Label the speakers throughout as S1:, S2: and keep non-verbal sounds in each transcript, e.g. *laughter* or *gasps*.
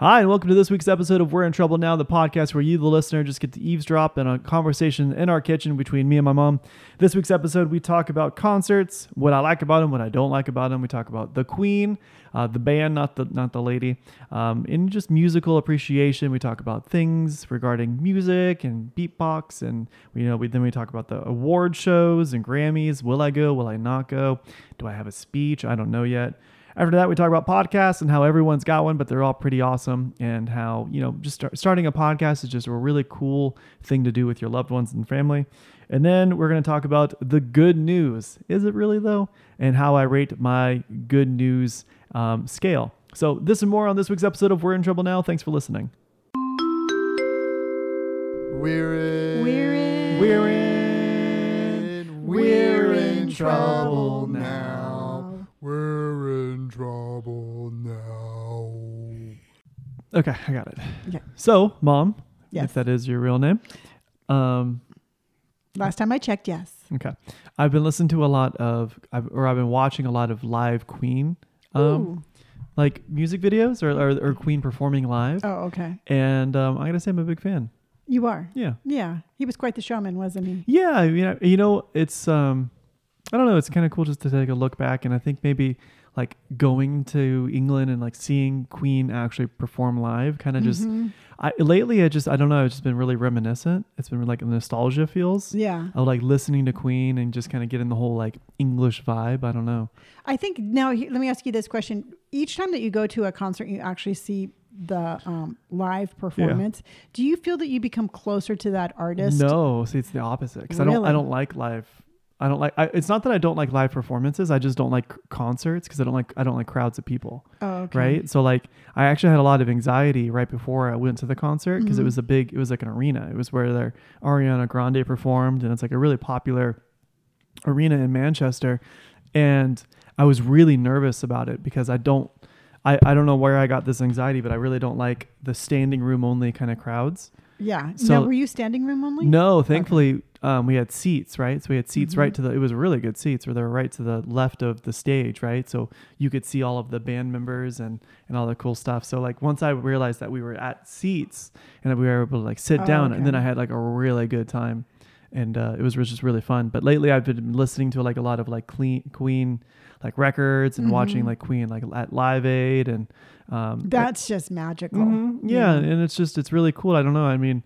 S1: Hi, and welcome to this week's episode of We're in Trouble Now, the podcast where you, the listener, just get to eavesdrop on a conversation in our kitchen between me and my mom. This week's episode, we talk about concerts, what I like about them, what I don't like about them. We talk about the Queen, uh, the band, not the not the lady, um, and just musical appreciation. We talk about things regarding music and beatbox, and you know, we then we talk about the award shows and Grammys. Will I go? Will I not go? Do I have a speech? I don't know yet. After that, we talk about podcasts and how everyone's got one, but they're all pretty awesome, and how you know just start, starting a podcast is just a really cool thing to do with your loved ones and family. And then we're going to talk about the good news. Is it really though? And how I rate my good news um, scale. So this and more on this week's episode of We're in Trouble Now. Thanks for listening.
S2: We're in.
S3: We're in.
S1: We're in.
S2: We're in trouble now. We're in trouble now.
S1: Okay, I got it.
S3: Okay.
S1: So, mom,
S3: Yes.
S1: if that is your real name, um,
S3: Last time I checked, yes.
S1: Okay. I've been listening to a lot of, I've, or I've been watching a lot of live Queen, um,
S3: Ooh.
S1: like music videos or, or, or Queen performing live.
S3: Oh, okay.
S1: And um, I gotta say, I'm a big fan.
S3: You are.
S1: Yeah.
S3: Yeah. He was quite the showman, wasn't he?
S1: Yeah. I mean, I- you know, it's, um, I don't know, it's kind of cool just to take a look back. And I think maybe like going to England and like seeing Queen actually perform live kind of
S3: Mm-hmm.
S1: just, I lately, I just, I don't know, it's just been really reminiscent. It's been like nostalgia feels.
S3: Yeah.
S1: I like listening to Queen and just kind of getting the whole like English vibe. I don't know.
S3: I think now, he- let me ask you this question. Each time that you go to a concert, you actually see the um, live performance. Do you feel that you become closer to that artist?
S1: No, see, it's the opposite because I don't. I
S3: Really?
S1: don't like live. I don't like. I, it's not that I don't like live performances. I just don't like c- concerts because I don't like. I don't like crowds of people.
S3: Oh, okay.
S1: Right. So like, I actually had a lot of anxiety right before I went to the concert because
S3: Mm-hmm.
S1: it was a big. It was like an arena. It was where their Ariana Grande performed, and it's like a really popular arena in Manchester, and I was really nervous about it because I don't. I, I don't know where I got this anxiety, but I really don't like the standing room only kind of crowds.
S3: Yeah.
S1: So-
S3: now, were you standing room only?
S1: No, thankfully um, we had seats, right? So we had seats
S3: Mm-hmm.
S1: right to the. It was really good seats, where they were right to the left of the stage, right? So you could see all of the band members and and all the cool stuff. So like once I realized that we were at seats and that we were able to like sit
S3: Oh,
S1: down, and then I
S3: okay.
S1: had like a really good time, and uh, it was just really fun. But lately I've been listening to like a lot of like clean, Queen like records and
S3: Mm-hmm.
S1: watching like Queen like at Live Aid and um,
S3: That's just magical.
S1: Mhm. Yeah, and it's just it's really cool. I don't know. I mean,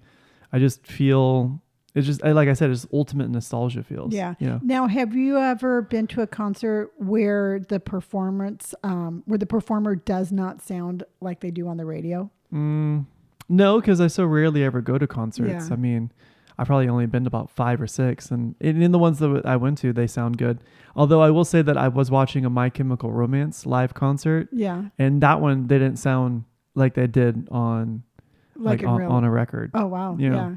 S1: I just feel it's just I- like I said, it's ultimate nostalgia feels.
S3: Yeah.
S1: You know?
S3: Now, have you ever been to a concert where the performance, um, where the performer does not sound like they do on the radio?
S1: Mm, no, because I so rarely ever go to concerts.
S3: Yeah.
S1: I mean, I've probably only been to about five or six, and and in the ones that I went to, they sound good. Although I will say that I was watching a My Chemical Romance live concert,
S3: Yeah,
S1: and that one they didn't sound like they did on
S3: like,
S1: like,
S3: a
S1: on,
S3: real.
S1: on a record.
S3: oh wow.
S1: you know,
S3: yeah.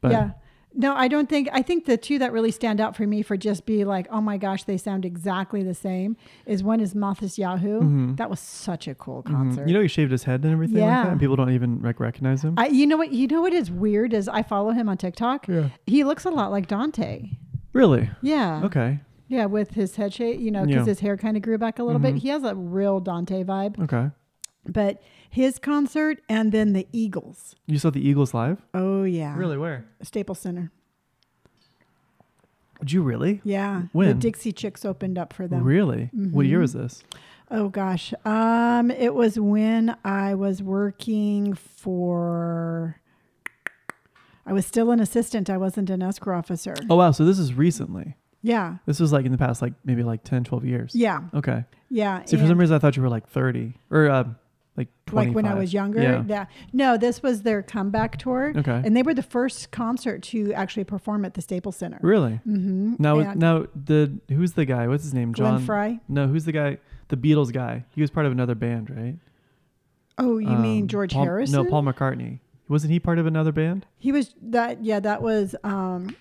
S1: but- mm-hmm.
S3: yeah. No, I don't think. I think the two that really stand out for me for just be like, oh my gosh, they sound exactly the same. Is one is Mathis Yahoo. That was such a cool
S1: Mhm.
S3: concert.
S1: Mm-hmm. You know, he shaved his head and everything like that,
S3: Yeah.
S1: and people don't even like recognize him.
S3: I, you know what? You know what is weird is I follow him on TikTok.
S1: Yeah.
S3: He looks a lot like Dante.
S1: really?
S3: Yeah.
S1: Okay.
S3: Yeah, with his head shape, you know, because
S1: Yeah. Mm-hmm.
S3: his hair kind of grew back a little bit. He has a real Dante vibe.
S1: Okay.
S3: But his concert and then the Eagles.
S1: You saw the Eagles live?
S3: Oh yeah,
S1: Where?
S3: Staples Center.
S1: Did you really?
S3: Yeah, the
S1: When?
S3: Dixie Chicks opened up for them. Mm-hmm.
S1: Really? What year was this?
S3: Oh gosh, um, it was when I was working for. I was still an assistant. I wasn't an escrow officer.
S1: Oh wow, so this is recently.
S3: Yeah,
S1: This was like in the past like maybe like 10, 12 years.
S3: yeah,
S1: Okay.
S3: yeah.
S1: See, for some
S3: and-
S1: reason I thought you were like 30 or uh, like 25.
S3: like when I was younger.
S1: Yeah.
S3: that- no, this was their comeback tour.
S1: Okay.
S3: And they were the first concert to actually perform at the Staples Center.
S1: Really?
S3: Mm-hmm.
S1: Now
S3: and
S1: now the who's the guy? What's his name?
S3: Glenn
S1: John
S3: Fry.
S1: No, who's the guy? The Beatles guy. He was part of another band, right?
S3: Oh, you mean
S1: Um,
S3: George
S1: Paul-
S3: Harrison?
S1: No, Paul McCartney. Wasn't he part of another band?
S3: He was that. Yeah, that was. Um,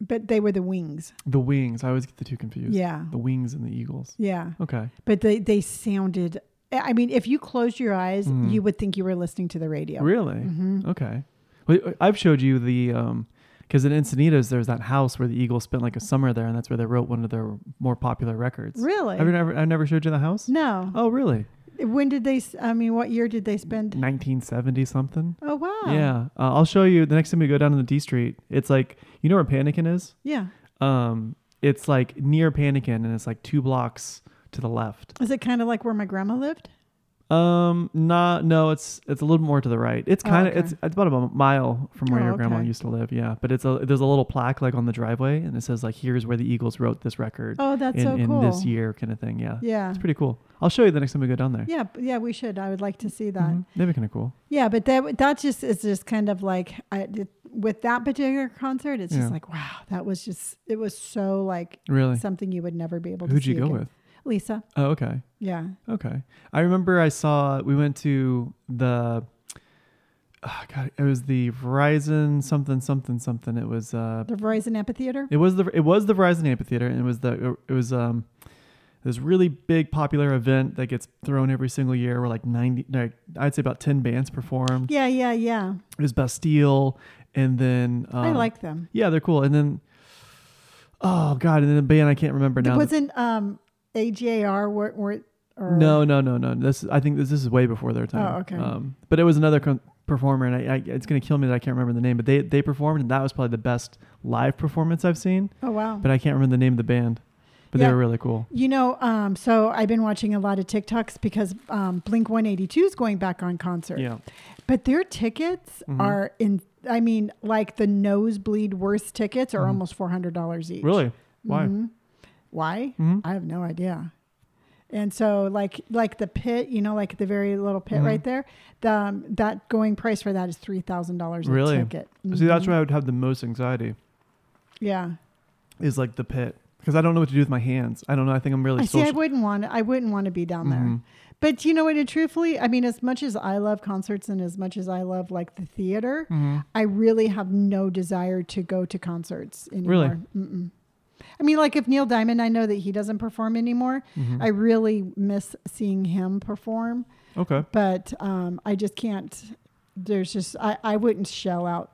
S3: but they were the Wings.
S1: The Wings. I always get the two confused.
S3: Yeah.
S1: The Wings and the Eagles.
S3: Yeah.
S1: Okay.
S3: But they they sounded. I mean, if you closed your eyes,
S1: Mhm.
S3: you would think you were listening to the radio.
S1: Really? Oh,
S3: Mhm.
S1: Okay. Well, uh, I've showed you the um because in Encinitas there's that house where the Eagles spent like a summer there, and that's where they wrote one of their more popular records.
S3: Really?
S1: I've never I've never showed you the house.
S3: no.
S1: Oh, really?
S3: When did they? s- I mean, what year did they spend?
S1: 1970 something.
S3: Oh wow.
S1: Mm. Yeah, uh, I'll show you the next time we go down to the D Street. It's like you know where Panikin is.
S3: Yeah.
S1: Um, it's like near Panikin, and it's like two blocks to the left.
S3: Is it kind of like where my grandma lived?
S1: Um, nah, no, it's it's a little more to the right. It's
S3: Oh,
S1: kind of
S3: okay.
S1: it's it's about a mile from where
S3: Oh,
S1: your grandma
S3: okay.
S1: used to live. Yeah, but it's a there's a little plaque like on the driveway, and it says like here's where the Eagles wrote this record
S3: Oh, that's
S1: in,
S3: so
S1: in
S3: cool.
S1: this year kind of thing. Yeah.
S3: Yeah.
S1: it's pretty cool. I'll show you the next time we go down there.
S3: yeah. b- Yeah. We should. I would like to see that.
S1: Mhm. That'd be kind of cool.
S3: Yeah. But that that just is just kind of like I did, with that particular concert. It's
S1: Yeah.
S3: just like wow, that was just it was so like
S1: Really.
S3: something you would never be able to.
S1: Who'd
S3: see
S1: you go
S3: again.
S1: with?
S3: Lisa.
S1: Oh, okay.
S3: Yeah.
S1: Okay. I remember I saw we went to the oh god, it was the Verizon something something something. It was uh
S3: The Verizon Amphitheater.
S1: it was the it was the Verizon amphitheater and it was the it was um this really big popular event that gets thrown every single year where like 90 like I'd say about 10 bands perform.
S3: Yeah. Yeah. Yeah.
S1: It was Bastille and then um,
S3: I like them.
S1: Yeah, they're cool. And then oh god, and then a band I can't remember now. that-
S3: wasn't um, AGAR weren't, weren't or
S1: No, no, no, no. This I think this, this is way before their time.
S3: Oh, okay.
S1: Um, but it was another con- performer, and I, I, it's gonna kill me that I can't remember the name. But they they performed, and that was probably the best live performance I've seen.
S3: Oh wow.
S1: But I can't remember the name of the band. But
S3: Yeah.
S1: they were really cool.
S3: You know, um, so I've been watching a lot of TikToks because um, Blink 182 is going back on concert.
S1: Yeah.
S3: But their tickets
S1: Mhm.
S3: are in, I mean, like the nosebleed worst tickets are
S1: Mhm.
S3: almost $400 each.
S1: Really? Why?
S3: Mhm. Why?
S1: hmm
S3: I have no idea. And so, like, like the pit, you know, like the very little pit
S1: Mhm.
S3: right there, the, um, that going price for that is $3,000 a
S1: Really?
S3: ticket.
S1: See, that's
S3: Mhm.
S1: where I would have the most anxiety
S3: Yeah.
S1: is like the pit because I don't know what to do with my hands. I don't know. I think I'm really
S3: I see. I
S1: social-
S3: wouldn't want. I wouldn't want to be down there.
S1: Mhm.
S3: But you know what? It truthfully, I mean, as much as I love concerts and as much as I love like the theater,
S1: Mhm.
S3: I really have no desire to go to concerts
S1: Really?
S3: anymore. Really? Mm-mm. I mean, like if Neil Diamond, I know that he doesn't perform anymore.
S1: Mhm.
S3: I really miss seeing him perform,
S1: Okay.
S3: but um, I just can't. There's just I, I wouldn't shell out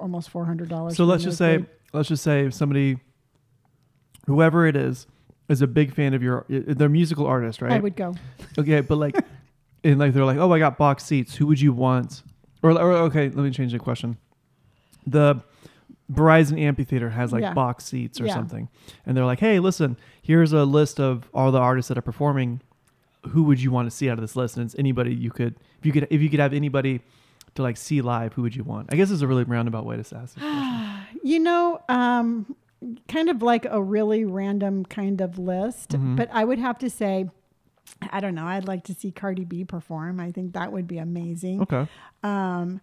S3: almost four hundred dollars.
S1: So let's just say, let's just say somebody, whoever it is, is a big fan of your. They're a musical artist, right?
S3: I would go.
S1: Okay, but like, *laughs* and like they're like, oh, I got box seats. Who would you want? Or, or okay, let me change the question. The Verizon Amphitheater has like
S3: Yeah.
S1: box seats or
S3: Yeah.
S1: something, and they're like, hey, listen, here's a list of all the artists that are performing. Who would you want to see out of this list? And it's anybody you could, if you could, if you could have anybody to like see live, who would you want? I guess it's a really roundabout way to ask. this
S3: *gasps*
S1: question.
S3: You know, um, kind of like a really random kind of list,
S1: Mhm.
S3: but I would have to say, I don't know. I'd like to see Cardi B perform. I think that would be amazing.
S1: Okay.
S3: Um,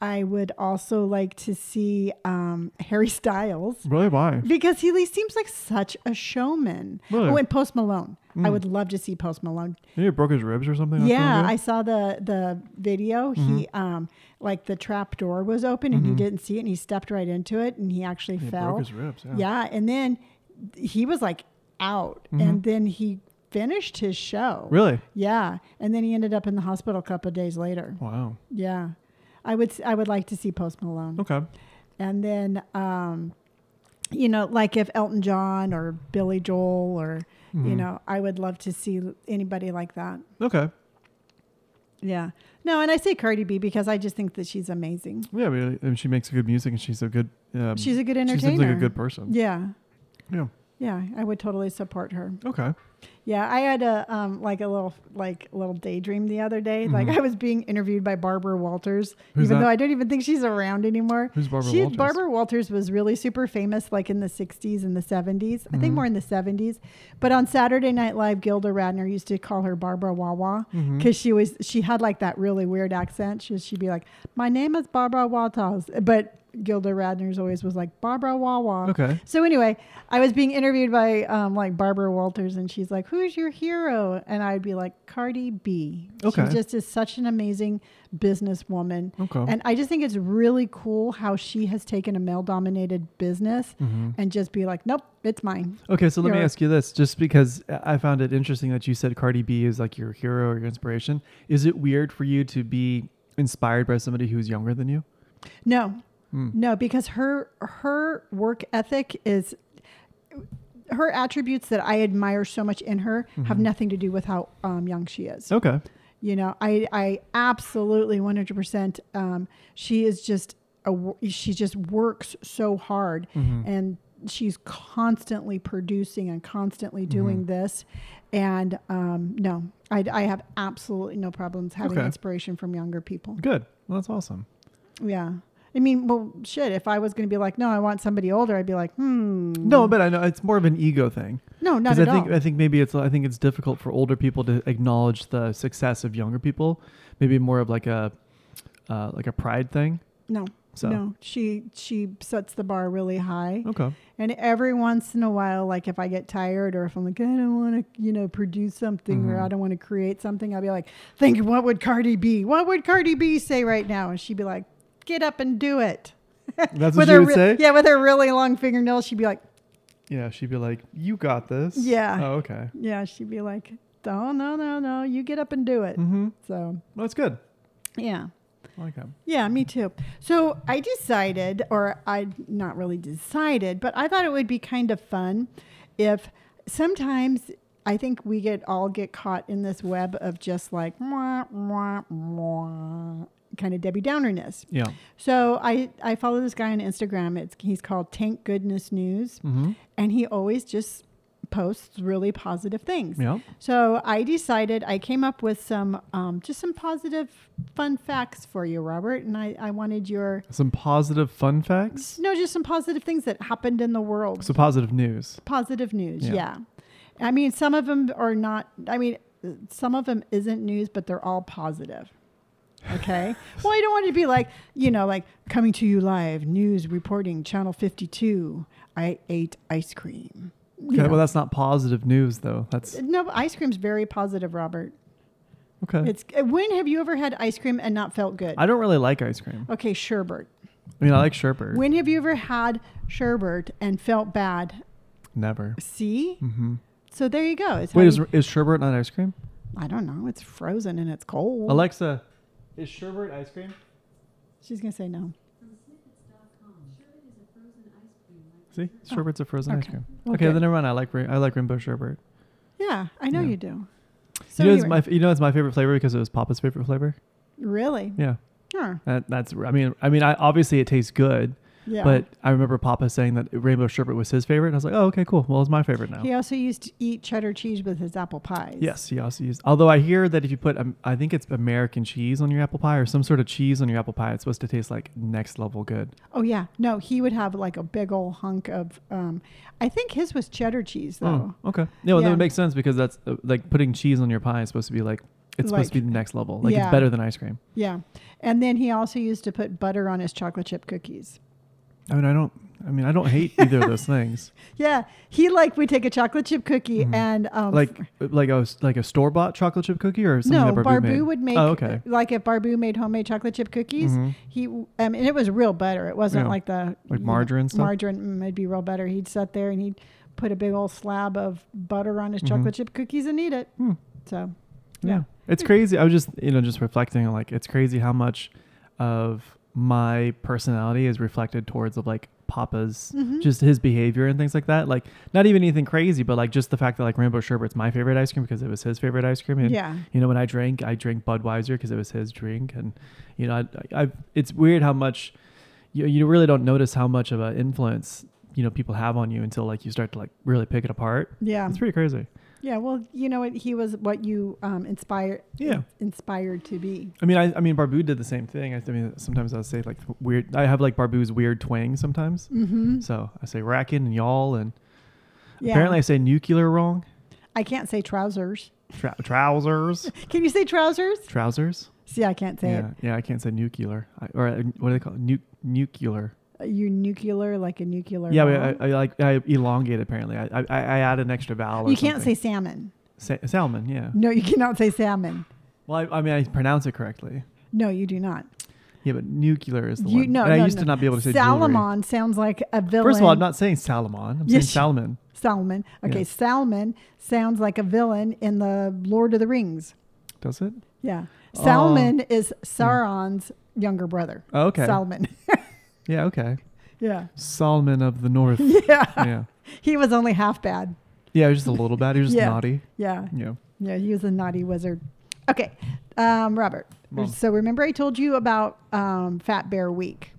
S3: I would also like to see um, Harry Styles
S1: Really? Why?
S3: because he seems like such a showman.
S1: Really?
S3: Oh, and Post Malone. I
S1: Mm.
S3: would love to see Post Malone.
S1: Maybe he broke his ribs or something. That's
S3: Yeah,
S1: not
S3: I
S1: good?
S3: saw the the video. He
S1: Mm-hmm.
S3: um like the trap door was open and he didn't see it and he stepped right into it and he actually
S1: He
S3: fell.
S1: Mm-hmm. broke his ribs. Yeah.
S3: Yeah, and then he was like out, and then he finished his show.
S1: Really?
S3: Yeah, and then he ended up in the hospital a couple of days later.
S1: Wow.
S3: Yeah, I would s- I would like to see Post Malone,
S1: Okay.
S3: and then um, you know, like if Elton John or Billy Joel or you know, I would love to see anybody like that.
S1: Mm-hmm. Okay.
S3: Yeah. No, and I say Cardi B because I just think that she's amazing.
S1: Yeah, I mean, I mean, she makes good music and she's a good. Um,
S3: She's a good
S1: She
S3: entertainer.
S1: seems like a good person.
S3: Yeah.
S1: Yeah.
S3: Yeah, I would totally support her.
S1: Okay.
S3: Yeah, I had a um, like a little like little daydream the other day. Like I was being interviewed by Barbara Walters,
S1: Mm-hmm. Who's
S3: even
S1: that?
S3: though I don't even think she's around anymore.
S1: Who's Barbara
S3: she,
S1: Walters?
S3: Barbara Walters was really super famous like in the 60s and the 70s. I
S1: Mm-hmm.
S3: think more in the 70s. But on Saturday Night Live, Gilda Radner used to call her Barbara Wawa because
S1: Mm-hmm.
S3: she was she had like that really weird accent. She, she'd be like, "My name is Barbara Walters," but Gilda Radner's always was like Barbara Wawa.
S1: Okay.
S3: So anyway, I was being interviewed by um, like Barbara Walters, and she's like, "Who's your hero?" And I'd be like, "Cardi B."
S1: Okay. Oh.
S3: She just is such an amazing businesswoman,
S1: Okay.
S3: and I just think it's really cool how she has taken a male-dominated business and just be like, "Nope, it's mine."
S1: Mm-hmm. okay, so let me
S3: You're-
S1: ask you this, just because I I found it interesting that you said Cardi B is like your hero or your inspiration. Is it weird for you to be inspired by somebody who's younger than you? Mm.
S3: No, no, because her her work ethic is her attributes that I admire so much in her have nothing to do with how um, young she is.
S1: Okay.
S3: You know, I I absolutely 100%. Um, she is just a wo- she just works so hard
S1: Mm-hmm.
S3: and she's constantly producing and constantly
S1: Mm-hmm.
S3: doing this and um, no I, I have absolutely no problems having
S1: Okay.
S3: inspiration from younger people
S1: Good. Well, that's awesome.
S3: yeah i mean well shit if i was going to be like no i want somebody older i'd be like hmm
S1: No, but I know it's more of an ego thing.
S3: no not
S1: Because
S3: at
S1: I think
S3: all
S1: I think maybe it's I think it's difficult for older people to acknowledge the success of younger people. Maybe more of like a uh, like a pride thing.
S3: no
S1: So
S3: no she she sets the bar really high *laughs*
S1: okay,
S3: And every once in a while, like if I get tired or if I'm like, I don't want to, you know, produce something or
S1: Mhm.
S3: I don't want to create something, I'll be like, think what would Cardi B? What would Cardi B say right now? And she'd be like, get up and do it.
S1: that's what
S3: With
S1: she
S3: her
S1: would
S3: re-
S1: say.
S3: Yeah, with her really long fingernails, she'd be like,
S1: Yeah, she'd be like, "You got this."
S3: Yeah.
S1: Oh, okay.
S3: yeah, she'd be like, no, no, no, no, you get up and do it.
S1: Mm-hmm.
S3: So,
S1: Well, that's good.
S3: yeah.
S1: I like that.
S3: Yeah, me too. So I decided, or I not really decided, but I thought it would be kind of fun if sometimes I think we get all get caught in this web of just like wah, wah, wah, kind of Debbie Downerness.
S1: Yeah.
S3: So I I follow this guy on Instagram. It's he's called Tank Goodness News,
S1: Mm-hmm.
S3: and he always just posts really positive things.
S1: Yeah.
S3: So I decided I came up with some um, just some positive fun facts for you, Robert, and I, I wanted your
S1: Some positive fun facts.
S3: no, just some positive things that happened in the world.
S1: So positive news.
S3: positive news,
S1: Yeah.
S3: yeah. I mean, some of them are not. I mean, uh, some of them isn't news, but they're all positive.
S1: *laughs*
S3: Okay. well, I don't want it to be like you know, like coming to you live news reporting channel fifty two. I ate ice cream. You
S1: Okay.
S3: know.
S1: Well, that's not positive news though. That's
S3: no, ice cream's very positive, Robert.
S1: okay.
S3: It's uh, when have you ever had ice cream and not felt good?
S1: I don't really like ice cream.
S3: okay, sherbet.
S1: I mean, I like sherbet.
S3: When have you ever had sherbet and felt bad?
S1: Never.
S3: See,
S1: Mm-hmm.
S3: so there you go. It's how
S1: Wait, is,
S3: you-
S1: is sherbet not ice cream?
S3: I don't know. It's frozen and it's cold.
S1: Alexa, is sherbet ice cream?
S3: She's gonna say no.
S1: See, sherbet's a frozen ice
S3: Oh, okay.
S1: cream.
S3: Well,
S1: okay,
S3: good.
S1: then never mind. I like ra- I like rainbow sherbet.
S3: Yeah, I know
S1: Yeah.
S3: you do. So
S1: you know,
S3: anyway-
S1: it's my f- you know it's my favorite flavor because it was Papa's favorite flavor.
S3: really,
S1: Yeah,
S3: Huh.
S1: that, that's I mean I mean I obviously it tastes good,
S3: yeah.
S1: but I remember Papa saying that rainbow sherbet was his favorite, and I was like, oh okay, cool. Well, it's my favorite now.
S3: he also used to eat cheddar cheese with his apple pies.
S1: um, Yes, he also used. Although I hear that if you put, um, I think it's American cheese on your apple pie or some sort of cheese on your apple pie, it's supposed to taste like next level good.
S3: Oh yeah. No, he would have like a big old hunk of. Um, I think his was cheddar cheese though.
S1: Oh, okay. No, that
S3: Yeah.
S1: would make sense because that's uh, like putting cheese on your pie is supposed to be like it's supposed to be the
S3: Like-
S1: next level. Like it's
S3: Yeah.
S1: better than ice cream.
S3: Yeah, and then he also used to put butter on his chocolate chip cookies.
S1: I mean, I don't. I mean, I don't hate either
S3: *laughs*
S1: of those things.
S3: Yeah, he like we take a chocolate chip cookie
S1: Mhm.
S3: and um,
S1: Like, like a like a store bought chocolate chip cookie or something
S3: no,
S1: that Barbu,
S3: Barbu
S1: made?
S3: would make
S1: Oh, okay.
S3: like if Barbu made homemade chocolate chip cookies,
S1: Mhm.
S3: he um, and it was real butter. It wasn't
S1: Yeah.
S3: like the
S1: Like
S3: you know,
S1: margarine stuff?
S3: Margarine mm, it'd be real butter. He'd sit there and he'd put a big old slab of butter on his
S1: Mhm.
S3: chocolate chip cookies and eat it.
S1: Hmm.
S3: So
S1: Yeah.
S3: yeah.
S1: It's crazy. I was just, you know, just reflecting on like, it's crazy how much of my personality is reflected towards of like Papa's,
S3: Mhm.
S1: just his behavior and things like that. Like, not even anything crazy, but like just the fact that like Rainbow Sherbet's my favorite ice cream because it was his favorite ice cream. And,
S3: yeah,
S1: You know, when I drank, I drank Budweiser because it was his drink. And, you know, I, I, I it's weird how much you, you really don't notice how much of an influence, you know, people have on you until like you start to like really pick it apart.
S3: yeah,
S1: It's pretty crazy.
S3: yeah. Well, you know what? He was what you um, inspired.
S1: Yeah.
S3: inspired to be.
S1: I mean, I, I mean, Barbu did the same thing. I, I mean, sometimes I'll say like weird. I have like Barbu's weird twang sometimes.
S3: Mm-hmm.
S1: So I say rackin' and y'all, and
S3: Yeah.
S1: apparently I say nuclear wrong.
S3: I can't say trousers.
S1: Trou-
S3: *laughs*
S1: trousers,
S3: Can you say trousers?
S1: trousers.
S3: See, I can't say it.
S1: Yeah, yeah. I can't say nuclear I, or uh, what do they call it? Nu- nuclear?
S3: you nuclear like a nuclear
S1: Yeah, but
S3: bomb?
S1: I, I like I elongate. Apparently, I I, I add an extra vowel. Or
S3: you can't say
S1: something.
S3: salmon
S1: Sa- salmon. Yeah.
S3: no you *laughs* cannot say salmon
S1: Well, I, I mean, I pronounce it correctly.
S3: no you do not
S1: Yeah, but nuclear is the
S3: you
S1: one.
S3: no
S1: and I
S3: no,
S1: used
S3: no.
S1: to not be able to say jewelry.
S3: salmon sounds like a villain
S1: First of all, I'm not saying Salomon. I'm saying
S3: Yes, you-
S1: Salmon.
S3: salmon okay
S1: Yeah.
S3: salmon sounds like a villain in the lord of the rings
S1: Does it?
S3: yeah
S1: Oh.
S3: salmon *laughs* is sauron's younger brother
S1: Oh, Okay.
S3: salmon
S1: Yeah, okay.
S3: Yeah.
S1: Solomon of the
S3: *laughs*
S1: North.
S3: Yeah.
S1: yeah.
S3: He was only half bad.
S1: Yeah, he was just a little bad. He was just
S3: Yeah.
S1: naughty.
S3: Yeah.
S1: Yeah.
S3: Yeah. He was a naughty wizard. Okay. Um, Robert.
S1: Mom.
S3: So remember I told you about um, Fat Bear Week.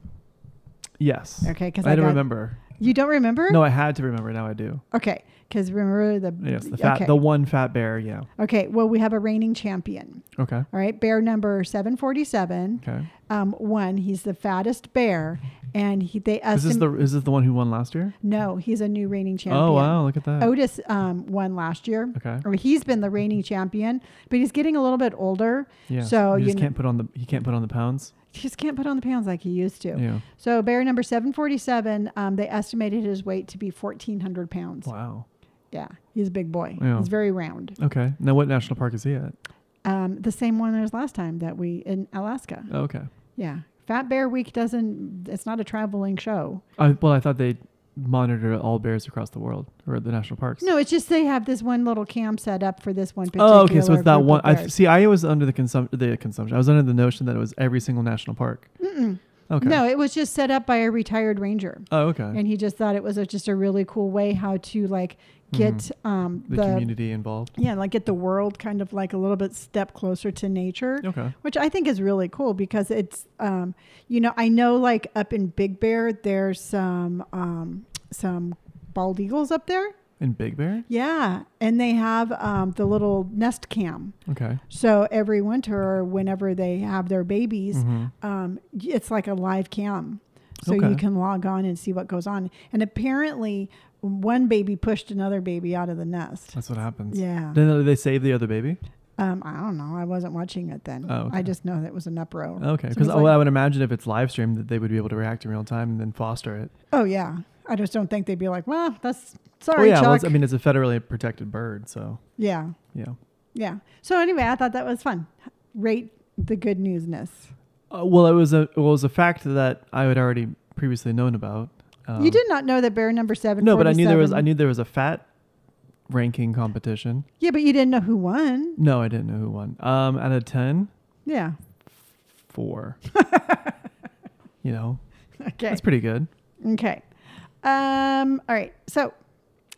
S1: Yes.
S3: Okay, 'cause
S1: I,
S3: I
S1: don't
S3: got-
S1: remember.
S3: You don't remember?
S1: No, I had to remember. Now I do.
S3: Okay. Because remember the.
S1: Yes, the fat,
S3: okay.
S1: the one fat bear. Yeah.
S3: okay. Well, we have a reigning champion.
S1: Okay.
S3: All right. Bear number 747.
S1: Okay.
S3: Um, one, he's the fattest bear. And he, they
S1: Is this
S3: estim-
S1: the is this the one who won last year?
S3: No, he's a new reigning champion.
S1: Oh wow! Look at that.
S3: Otis um, won last year.
S1: Okay.
S3: Or he's been the reigning champion, but he's getting a little bit older.
S1: yeah.
S3: So
S1: he
S3: you
S1: just
S3: know,
S1: can't put on the he can't put on the pounds.
S3: he just can't put on the pounds like he used to.
S1: Yeah.
S3: So bear number 747, um, they estimated his weight to be 1,400 pounds.
S1: Wow.
S3: Yeah. He's a big boy.
S1: Yeah.
S3: He's very round.
S1: Okay. Now what national park is he at?
S3: Um, the same one as last time that we in Alaska.
S1: Oh, okay.
S3: Yeah. Fat Bear Week doesn't, it's not a traveling show.
S1: I, well, I thought they monitor all bears across the world or the national parks.
S3: No, it's just they have this one little camp set up for this one particular.
S1: Oh, okay. So it's that
S3: group of
S1: one. I
S3: bears.
S1: see. I was under the consum- the consumption. I was under the notion that it was every single national park.
S3: Mm-mm.
S1: Okay.
S3: No, it was just set up by a retired ranger.
S1: Oh, okay.
S3: and he just thought it was a, just a really cool way how to like get um,
S1: Mm-hmm. The,
S3: the,
S1: community involved.
S3: yeah like get the world kind of like a little bit step closer to nature
S1: Okay.
S3: which i think is really cool because it's um, you know i know like up in big bear there's some um, some bald eagles up there
S1: And Big Bear.
S3: yeah and they have um, the little nest cam
S1: Okay.
S3: so every winter or whenever they have their babies
S1: Mhm.
S3: um, it's like a live cam. So
S1: Okay.
S3: you can log on and see what goes on. And apparently, one baby pushed another baby out of the nest.
S1: That's what happens.
S3: Yeah.
S1: Then they save the other baby.
S3: Um, I don't know. I wasn't watching it then.
S1: Oh, okay. Oh,
S3: I just know that it was an uproar.
S1: Okay,
S3: So
S1: because
S3: it's
S1: I
S3: like-
S1: would imagine if it's live streamed, that they would be able to react in real time and then foster it.
S3: oh, yeah. I just don't think they'd be like, well, that's
S1: Oh
S3: sorry,
S1: yeah, well,
S3: Chuck.
S1: it's, I mean it's a federally protected bird, so
S3: yeah.
S1: yeah.
S3: Yeah. So anyway, I thought that was fun. Rate the good newsness.
S1: Uh, well, it was a well, it was a fact that I had already previously known about. Um,
S3: you did not know that bear number seven.
S1: No, but I knew there was I knew there was a fat ranking competition.
S3: Yeah, but you didn't know who won.
S1: No, I didn't know who won. Um, out of ten, *laughs*
S3: Yeah. *laughs*
S1: four. you know,
S3: Okay.
S1: that's pretty good.
S3: Okay. Um, all right. So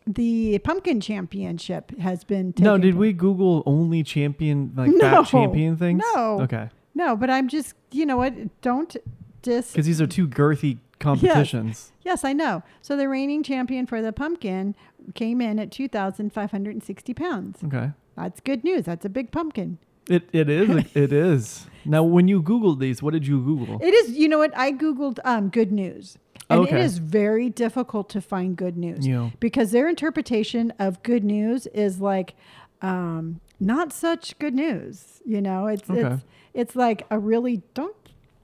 S3: the pumpkin championship has been taken.
S1: no, did we Google only champion like
S3: No.
S1: fat champion things?
S3: No.
S1: Okay,
S3: No, but I'm just, you know what? Don't dis.
S1: because these are two girthy competitions.
S3: Yes, I know. So the reigning champion for the pumpkin came in at 2,560 pounds.
S1: Okay.
S3: That's good news. That's a big pumpkin.
S1: It it is it is. Now, when you Googled these, what did you Google?
S3: It is, you know what? I Googled um, good news. And
S1: Okay.
S3: it is very difficult to find good news
S1: Yeah.
S3: because their interpretation of good news is like um, not such good news. You know, it's
S1: Okay.
S3: it's it's like a really don't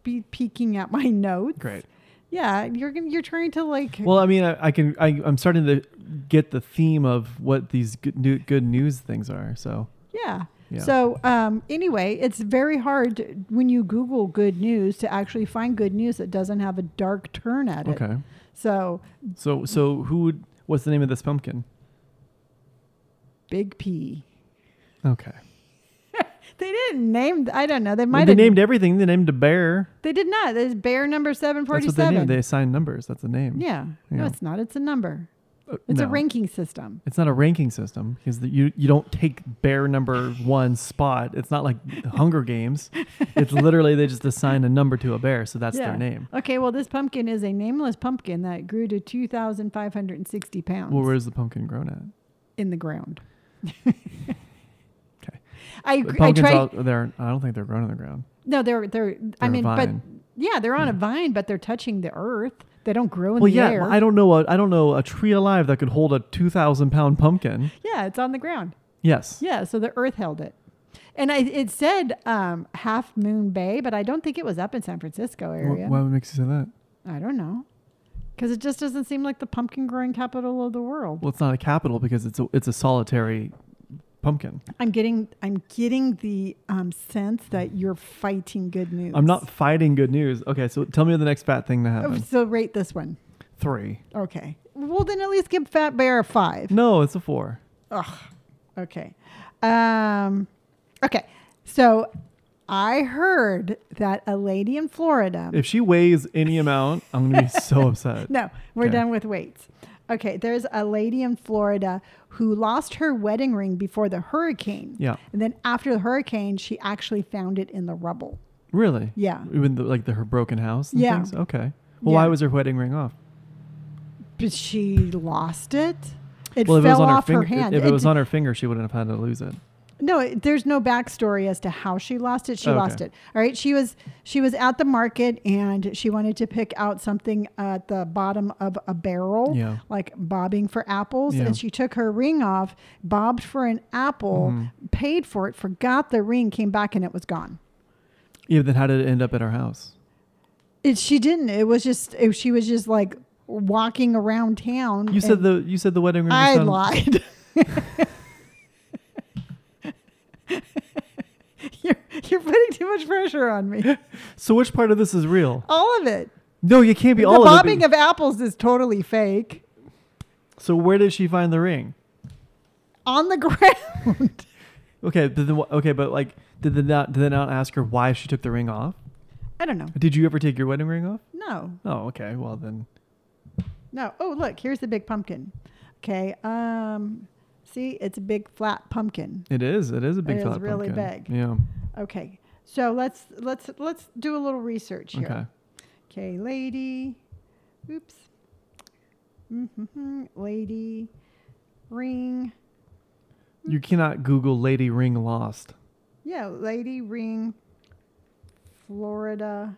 S3: be peeking at my notes.
S1: Great.
S3: Yeah, you're gonna- you're trying to like
S1: Well, I mean, I, I can I, I'm starting to get the theme of what these good, new, good news things are. So
S3: yeah.
S1: Yeah.
S3: So um, anyway, it's very hard to- when you Google good news to actually find good news that doesn't have a dark turn at it.
S1: okay.
S3: So
S1: So so who would what's the name of this pumpkin?
S3: Big P.
S1: Okay.
S3: They didn't name. I don't know. They
S1: Well,
S3: might.
S1: they
S3: have
S1: named everything. They named a bear.
S3: They did not. There's bear number seven
S1: That's
S3: forty
S1: what they named. They
S3: seven.
S1: assigned numbers. That's the name.
S3: Yeah. No,
S1: Yeah.
S3: it's not. It's a number.
S1: Uh,
S3: It's a
S1: no.
S3: ranking system.
S1: It's not a ranking system because the, you you don't take bear number one spot. It's not like Hunger
S3: *laughs*
S1: Games. It's literally they just assign a number to a bear, so that's
S3: Yeah.
S1: their name.
S3: Okay. Well, this pumpkin is a nameless pumpkin that grew to two thousand five hundred and sixty pounds
S1: Well, where's the pumpkin grown at?
S3: in
S1: *laughs*
S3: the ground.
S1: Okay.
S3: I
S1: But
S3: agree- I
S1: pumpkins,
S3: tried.
S1: all, they're, I don't think they're grown on the ground.
S3: no, they're they're. I
S1: They're
S3: mean,
S1: vine.
S3: but yeah, they're on a vine, but they're touching the earth. They don't grow in
S1: Well,
S3: the
S1: yeah,
S3: air.
S1: I don't know. A, I don't know a tree alive that could hold a two thousand pound pumpkin.
S3: yeah, it's on the ground.
S1: Yes.
S3: Yeah, so the Earth held it. And I, it said um, Half Moon Bay, but I don't think it was up in San Francisco
S1: Wh-
S3: area.
S1: why would it make you say that?
S3: I don't know. Because it just doesn't seem like the pumpkin growing capital of the world.
S1: Well, it's not a capital because it's a, it's a solitary pumpkin.
S3: I'm getting I'm getting the um, sense that you're fighting good news.
S1: I'm not fighting good news. Okay, so tell me the next fat thing that
S3: Oh,
S1: happened.
S3: so rate this one.
S1: Three.
S3: Okay. Well, then at least give Fat Bear a five.
S1: No, it's a four.
S3: Okay. Um, okay. So I heard that a lady in Florida.
S1: If she weighs any amount, I'm
S3: *laughs*
S1: gonna be so upset.
S3: No, we're
S1: Okay.
S3: done with weights. Okay, there's a lady in Florida who lost her wedding ring before the hurricane.
S1: Yeah.
S3: And then after the hurricane, she actually found it in the rubble.
S1: Really?
S3: Yeah.
S1: Even the, like the her broken house. And
S3: Yeah.
S1: Things? Okay. Well,
S3: Yeah.
S1: why was her wedding ring off?
S3: But she lost it. It
S1: Well, if it was
S3: fell
S1: on her
S3: off her,
S1: finger,
S3: hand.
S1: if it was
S3: d-
S1: on her finger, she wouldn't have had to lose it.
S3: No, it- there's no backstory as to how she lost it. She
S1: Oh, Okay.
S3: lost it. All right. She was she was at the market and she wanted to pick out something at the bottom of a barrel,
S1: Yeah.
S3: like bobbing for apples.
S1: Yeah.
S3: And she took her ring off, bobbed for an apple,
S1: Mm-hmm.
S3: paid for it, forgot the ring, came back and it was gone.
S1: Yeah. Then how did it end up at her house?
S3: It, she didn't. It was just it, she was just like walking around town.
S1: You said
S3: and-
S1: the you said the wedding ring.
S3: I
S1: was on-
S3: lied. *laughs* you're, you're putting too much pressure on me.
S1: So which part of this is real?
S3: All of it.
S1: No, you can't be
S3: the
S1: all of it.
S3: bobbing
S1: but-
S3: of apples is totally fake.
S1: so where did she find the ring?
S3: On the *laughs* ground.
S1: Okay, but then, wh- okay, but like, did they not did they not ask her why she took the ring off?
S3: I don't know.
S1: Did you ever take your wedding ring off?
S3: No,
S1: Oh, okay. Well then,
S3: no. Oh, look, here's the big pumpkin. Okay. Um, see, it's a big flat pumpkin.
S1: it is. It is a big
S3: It is
S1: flat
S3: really
S1: pumpkin.
S3: big.
S1: Yeah.
S3: Okay. So let's let's let's do a little research here.
S1: Okay.
S3: Okay, lady. Oops. Mm-hmm, lady. Ring.
S1: You cannot Google "lady ring lost."
S3: Yeah, lady ring. Florida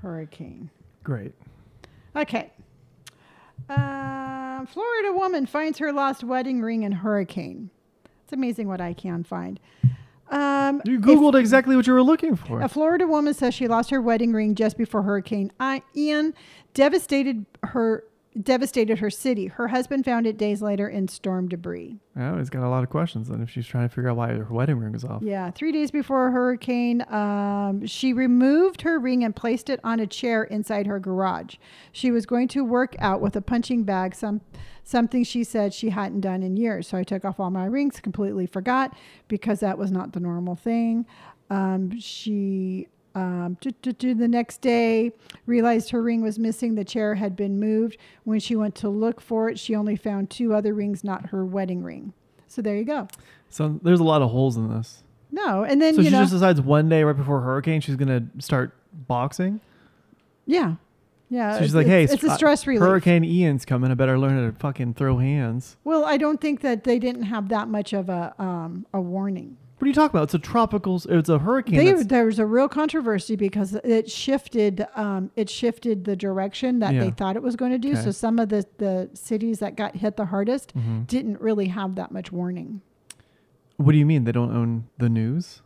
S3: hurricane.
S1: Great.
S3: Okay. Uh, Florida woman finds her lost wedding ring in hurricane. It's amazing what I can find. Um,
S1: You
S3: if-
S1: Googled exactly what you were looking for.
S3: A Florida woman says she lost her wedding ring just before Hurricane I- Ian devastated her devastated her city. Her husband found it days later in storm debris.
S1: I always got a lot of questions. Then if she's trying to figure out why her wedding ring was off.
S3: Yeah, three days before a hurricane, um, she removed her ring and placed it on a chair inside her garage. She was going to work out with a punching bag, some something she said she hadn't done in years. So I took off all my rings, completely forgot because that was not the normal thing. Um, she um, do, do, do, the next day realized her ring was missing. The chair had been moved. When she went to look for it, she only found two other rings, not her wedding ring. So there you go.
S1: So there's a lot of holes in this.
S3: No, and then
S1: So
S3: you
S1: she
S3: know,
S1: just decides one day right before hurricane she's gonna start boxing.
S3: Yeah. Yeah.
S1: So she's
S3: Uh,
S1: like,
S3: it's-
S1: "Hey,
S3: it's, it's a
S1: sp-
S3: stress relief.
S1: Hurricane Ian's coming. I better learn how to fucking throw hands."
S3: Well, I don't think that they didn't have that much of a um, a warning.
S1: What are you talking about? It's a tropical. s- It's a hurricane.
S3: They,
S1: that's-
S3: there was a real controversy because it shifted um, it shifted the direction that
S1: Yeah.
S3: they thought it was going to do.
S1: Okay.
S3: So some of the the cities that got hit the hardest
S1: Mhm.
S3: didn't really have that much warning.
S1: What do you mean they don't own the news?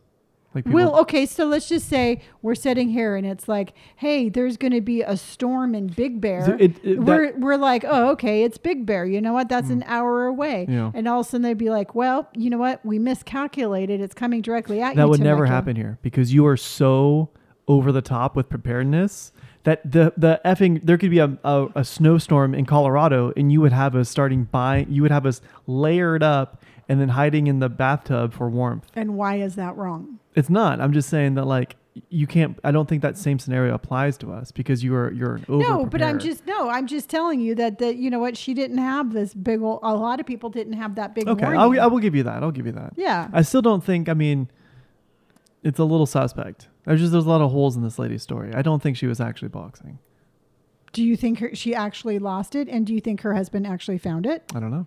S1: Like people,
S3: Well, okay, so let's just say we're sitting here and it's like, hey, there's going to be a storm in Big Bear.
S1: it- it-
S3: we're, we're like, oh, okay, it's Big Bear. You know what? That's an hour away.
S1: Mm. Yeah.
S3: And all of a sudden they'd be like, well, you know what? We miscalculated. It's coming directly at you.
S1: that would never
S3: Temecula."
S1: happen here because you are so over the top with preparedness that the the effing there could be a, a, a snowstorm in Colorado and you would have us starting by you would have us layered up and then hiding in the bathtub for warmth.
S3: And why is that wrong?
S1: It's not. I'm just saying that like you can't. I don't think that same scenario applies to us because you are you're an over.
S3: No, but I'm just no, I'm just telling you that that you know what she didn't have this big ol a lot of people didn't have that big
S1: okay.
S3: warning.
S1: I'll, I will give you that. I'll give you that.
S3: yeah.
S1: I still don't think. I mean, it's a little suspect. There's just there's a lot of holes in this lady's story. I don't think she was actually boxing.
S3: do you think her, she actually lost it and do you think her husband actually found it?
S1: I don't know.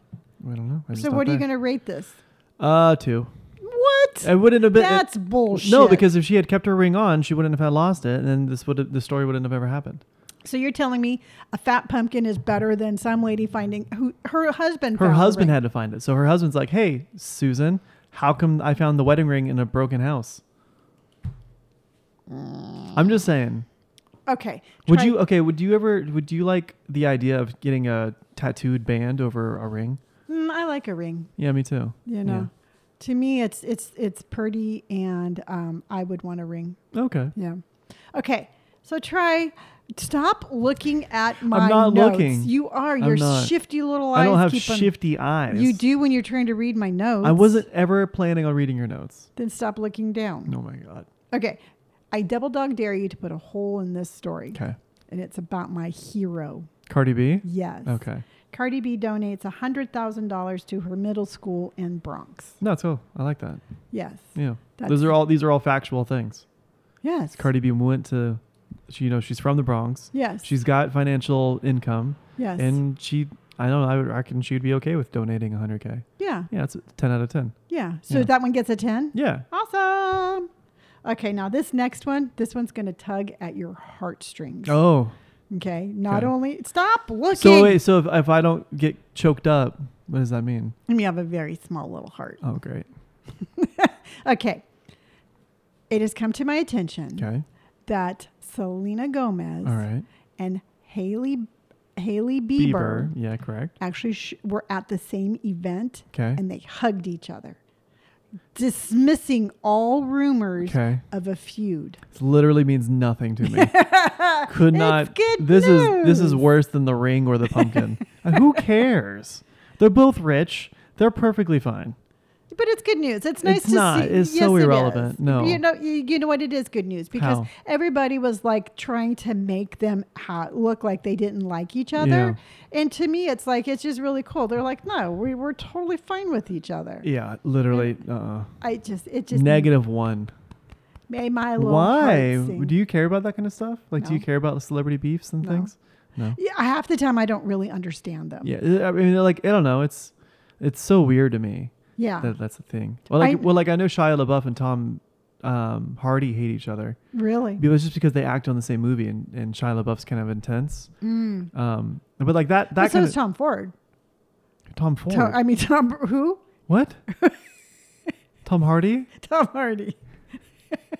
S1: I don't know. I just
S3: So
S1: don't
S3: what are you
S1: think.
S3: going to rate this?
S1: Uh, two.
S3: What?
S1: It wouldn't have been. it-
S3: That's bullshit.
S1: no, because if she had kept her ring on, she wouldn't have had lost it, and then this would the story wouldn't have ever happened.
S3: so you're telling me a fat pumpkin is better than some lady finding who her husband.
S1: Her
S3: found the
S1: husband
S3: ring.
S1: had to find it, so her husband's like, "Hey, Susan, how come I found the wedding ring in a broken house?" I'm just saying.
S3: Okay.
S1: Would
S3: try-
S1: you okay? Would you ever? Would you like the idea of getting a tattooed band over a ring?
S3: Mm, I like a ring.
S1: Yeah, me too.
S3: You know, to me, it's it's it's pretty, and um, I would want a ring.
S1: Yeah. Okay.
S3: Yeah. Okay. So try. Stop looking at my
S1: not
S3: notes.
S1: looking.
S3: You are.
S1: I'm
S3: Your
S1: not.
S3: shifty little eyes.
S1: I don't have
S3: keep 'em-
S1: shifty eyes.
S3: You do when you're trying to read my notes.
S1: I wasn't ever planning on reading your notes.
S3: Then stop looking down.
S1: Oh my god.
S3: Okay. I double dog dare you to put a hole in this story.
S1: Okay.
S3: And it's about my hero.
S1: Cardi B.
S3: Yes.
S1: Okay.
S3: Cardi B donates $100,000 to her middle school in Bronx.
S1: No, it's cool. I like that.
S3: Yes.
S1: Yeah.
S3: That's-
S1: these are all these are all factual things.
S3: Yes.
S1: Cardi B went to, she you know she's from the Bronx.
S3: Yes.
S1: She's got financial income,
S3: yes.
S1: and she I don't know I would reckon she'd be okay with donating 100k.
S3: yeah.
S1: Yeah, it's a 10 out of 10.
S3: Yeah. So
S1: Yeah.
S3: that one gets a 10?
S1: Yeah.
S3: Awesome. Okay, now this next one, this one's going to tug at your heartstrings.
S1: Oh.
S3: Okay. Not
S1: Okay.
S3: only stop looking.
S1: So wait, so if, if I don't get choked up, what does that mean?
S3: And you have a very small little heart.
S1: Oh, great.
S3: Okay. It has come to my attention
S1: Oh. Okay.
S3: that Selena Gomez
S1: All right.
S3: and Haley Haley Bieber,
S1: Bieber. Yeah, correct.
S3: actually sh- were at the same event
S1: Okay.
S3: and they hugged each other, dismissing all rumors
S1: Okay.
S3: of a feud.
S1: This literally means nothing to
S3: *laughs*
S1: me. *laughs* Could
S3: It's
S1: not.
S3: good
S1: this is this is
S3: news.
S1: worse than the ring or the
S3: *laughs*
S1: pumpkin. Uh, Who cares? They're both rich. They're perfectly fine.
S3: But it's good news. It's nice
S1: It's
S3: to
S1: not.
S3: see.
S1: It's so
S3: it is.
S1: irrelevant. No.
S3: you know, you, you know what it is good news because
S1: How?
S3: everybody was like trying to make them ha- look like they didn't like each other,
S1: Yeah.
S3: and to me, it's like it's just really cool. They're like, no, we were totally fine with each other.
S1: Yeah, literally. Uh,
S3: I just, it just
S1: negative one.
S3: Made my little
S1: Why?
S3: heart sing.
S1: Do you care about that kind of stuff? Like, do you
S3: No.
S1: care about celebrity beefs and
S3: No.
S1: things? No.
S3: Yeah, half the time I don't really understand them.
S1: Yeah. I I mean, like, I don't know. It's it's so weird to me.
S3: Yeah.
S1: That that's the thing. Well, like,
S3: Ah. I-
S1: well, like I know Shia LaBeouf and Tom um, Hardy hate each other.
S3: really.
S1: But it's just because they act on the same movie, and, and Shia LaBeouf's kind of intense.
S3: Mm.
S1: Um, but like that, that
S3: But so
S1: kind
S3: is
S1: of
S3: Tom Ford.
S1: Tom Ford.
S3: Tom, I mean Tom who? *laughs*
S1: what? Tom Hardy?
S3: Tom Hardy. *laughs*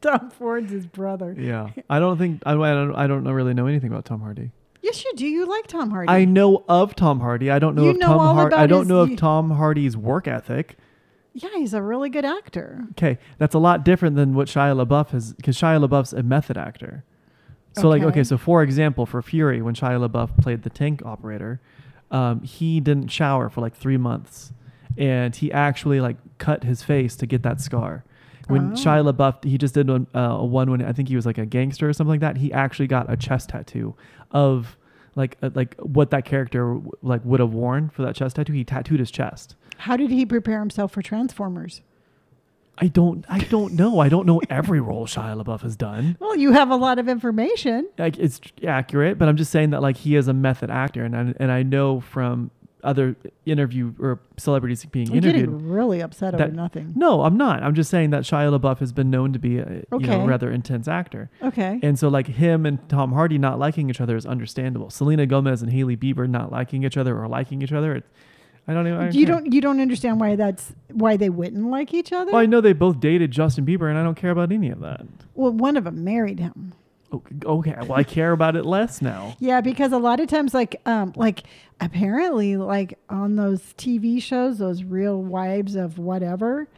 S3: Tom Ford's his brother.
S1: Yeah, I don't think I, I don't. I don't know- really know anything about Tom Hardy.
S3: Yes, you do. You like Tom Hardy.
S1: I know of Tom Hardy. I don't know
S3: You
S1: if
S3: know
S1: Tom
S3: all
S1: Hardy. I
S3: about
S1: don't
S3: his-
S1: know of
S3: you-
S1: Tom Hardy's work ethic.
S3: yeah, he's a really good actor.
S1: Okay, that's a lot different than what Shia LaBeouf is, because Shia LaBeouf's a method actor. So like,
S3: Okay.
S1: okay, so for example, for Fury, when Shia LaBeouf played the tank operator, um, he didn't shower for like three months, and he actually like cut his face to get that scar. When
S3: Oh.
S1: Shia LaBeouf, he just did one, uh, a one when I think he was like a gangster or something like that. He actually got a chest tattoo of like uh, like what that character w- like would have worn for that chest tattoo. He tattooed his chest.
S3: How did he prepare himself for Transformers?
S1: I don't I don't know. I don't know every role Shia LaBeouf has done.
S3: Well, you have a lot of information.
S1: like it's accurate, but I'm just saying that like he is a method actor, and I, and I know from other interview or celebrities being
S3: I'm
S1: interviewed.
S3: getting really upset over
S1: that-
S3: nothing.
S1: No, I'm not. I'm just saying that Shia LaBeouf has been known to be a you know
S3: Okay.
S1: rather intense actor,
S3: Okay.
S1: and so like him and Tom Hardy not liking each other is understandable. Selena Gomez and Haley Bieber not liking each other or liking each other, it, I don't even. I
S3: you
S1: care.
S3: don't you don't understand why that's why they wouldn't like each other?
S1: Well, I know they both dated Justin Bieber, and I don't care about any of that.
S3: well, one of them married him.
S1: Okay, okay, well I care about it less
S3: *laughs*
S1: now.
S3: Yeah, because a lot of times, like, um, like apparently, like on those TV shows, those real wives of whatever,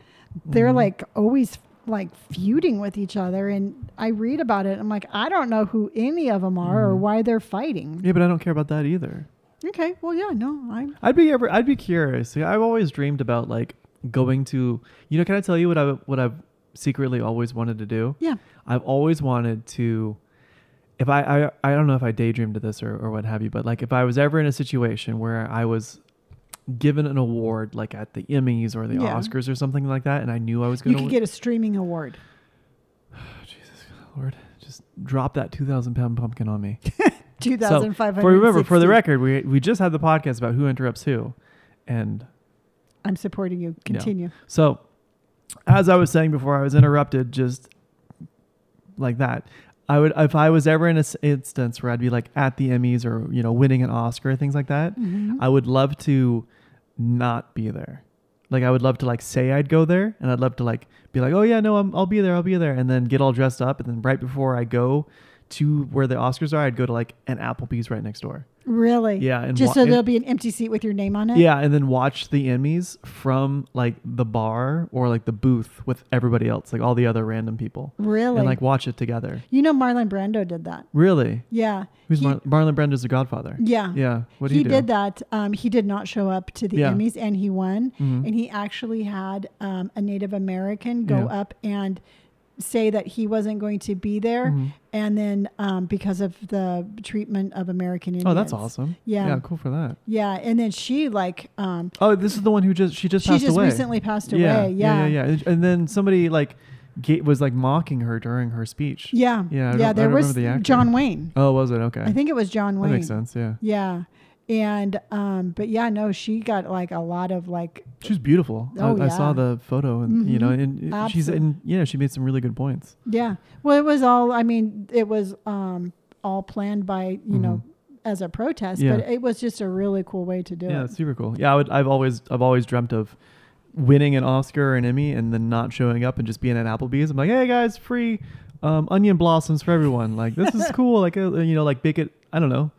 S3: they're
S1: Mm-hmm.
S3: like always like feuding with each other, and I read about it. I'm like, I don't know who any of them are
S1: Mm-hmm.
S3: or why they're fighting.
S1: Yeah, but I don't care about that either.
S3: Okay, well, yeah, no, I'm
S1: I'd be ever. I'd be curious. Yeah, I've always dreamed about like going to. You know, can I tell you what I what I've secretly always wanted to do?
S3: yeah,
S1: I've always wanted to. If I, I I don't know if I daydreamed of this or or what have you, but like if I was ever in a situation where I was given an award like at the Emmys or the
S3: Yeah.
S1: Oscars or something like that, and I knew I was
S3: you
S1: going
S3: could
S1: to.
S3: get a streaming award.
S1: Jesus Lord, just drop that two thousand pound pumpkin on me.
S3: Two
S1: So,
S3: thousand five hundred.
S1: for remember, for the record, we we just had the podcast about who interrupts who, and
S3: I'm supporting you. Continue.
S1: So, as I was saying before, I was interrupted just like that. I would, if I was ever in an instance where I'd be like at the Emmys or you know winning an Oscar things like that, I would love to not be there. Like I would love to like say I'd go there, and I'd love to like be like, oh yeah, no, I'm, I'll be there, I'll be there, and then get all dressed up, and then right before I go to where the Oscars are, I'd go to like an Applebee's right next door.
S3: Really?
S1: Yeah, and
S3: Just
S1: wa-
S3: so
S1: and-
S3: there'll be an empty seat with your name on it.
S1: Yeah, and then watch the Emmys from like the bar or like the booth with everybody else, like all the other random people.
S3: Really?
S1: And like watch it together.
S3: you know, Marlon Brando did that.
S1: Really?
S3: Yeah.
S1: Who's
S3: He-
S1: Mar- Marlon Brando's the Godfather?
S3: Yeah.
S1: Yeah. What did
S3: he
S1: he, do?
S3: did that. Um, he did not show up to the
S1: Yeah.
S3: Emmys, and he won.
S1: Mm-hmm.
S3: And he actually had um, a Native American go
S1: Yeah.
S3: up and say that he wasn't going to be there,
S1: Mm-hmm.
S3: and then um, because of the treatment of American Indians.
S1: Oh, that's awesome.
S3: Yeah.
S1: Yeah, cool for that.
S3: Yeah, and then she like um,
S1: Oh, this is the one who just she just
S3: she
S1: passed
S3: just
S1: away.
S3: recently passed away.
S1: Yeah. Yeah,
S3: Yeah,
S1: yeah. And, and then somebody like ga- was like mocking her during her speech.
S3: Yeah.
S1: Yeah, I don't- I
S3: there
S1: don't
S3: was
S1: remember the actor.
S3: John Wayne.
S1: Oh, was it? Okay.
S3: I think it was John
S1: that
S3: Wayne.
S1: makes sense. Yeah.
S3: Yeah. And um, but yeah, no, she got like a lot of like
S1: She was beautiful. I,
S3: Oh,
S1: I saw
S3: yeah. Mm-hmm.
S1: the photo, and you know, and it- she's
S3: Absolute-
S1: and you know, she made some really good points.
S3: yeah. Well, it was all I mean, it was um all planned by, you know, as a protest,
S1: Mm-hmm. Yeah.
S3: but it was just a really cool way to do
S1: Yeah,
S3: it.
S1: it's super cool. Yeah, I would, I've always I've always dreamt of winning an Oscar or an Emmy and then not showing up and just being at Applebee's. I'm like, hey guys, free um, onion blossoms for everyone. Like this
S3: *laughs*
S1: is cool. Like uh, you know, like bake it. I don't know,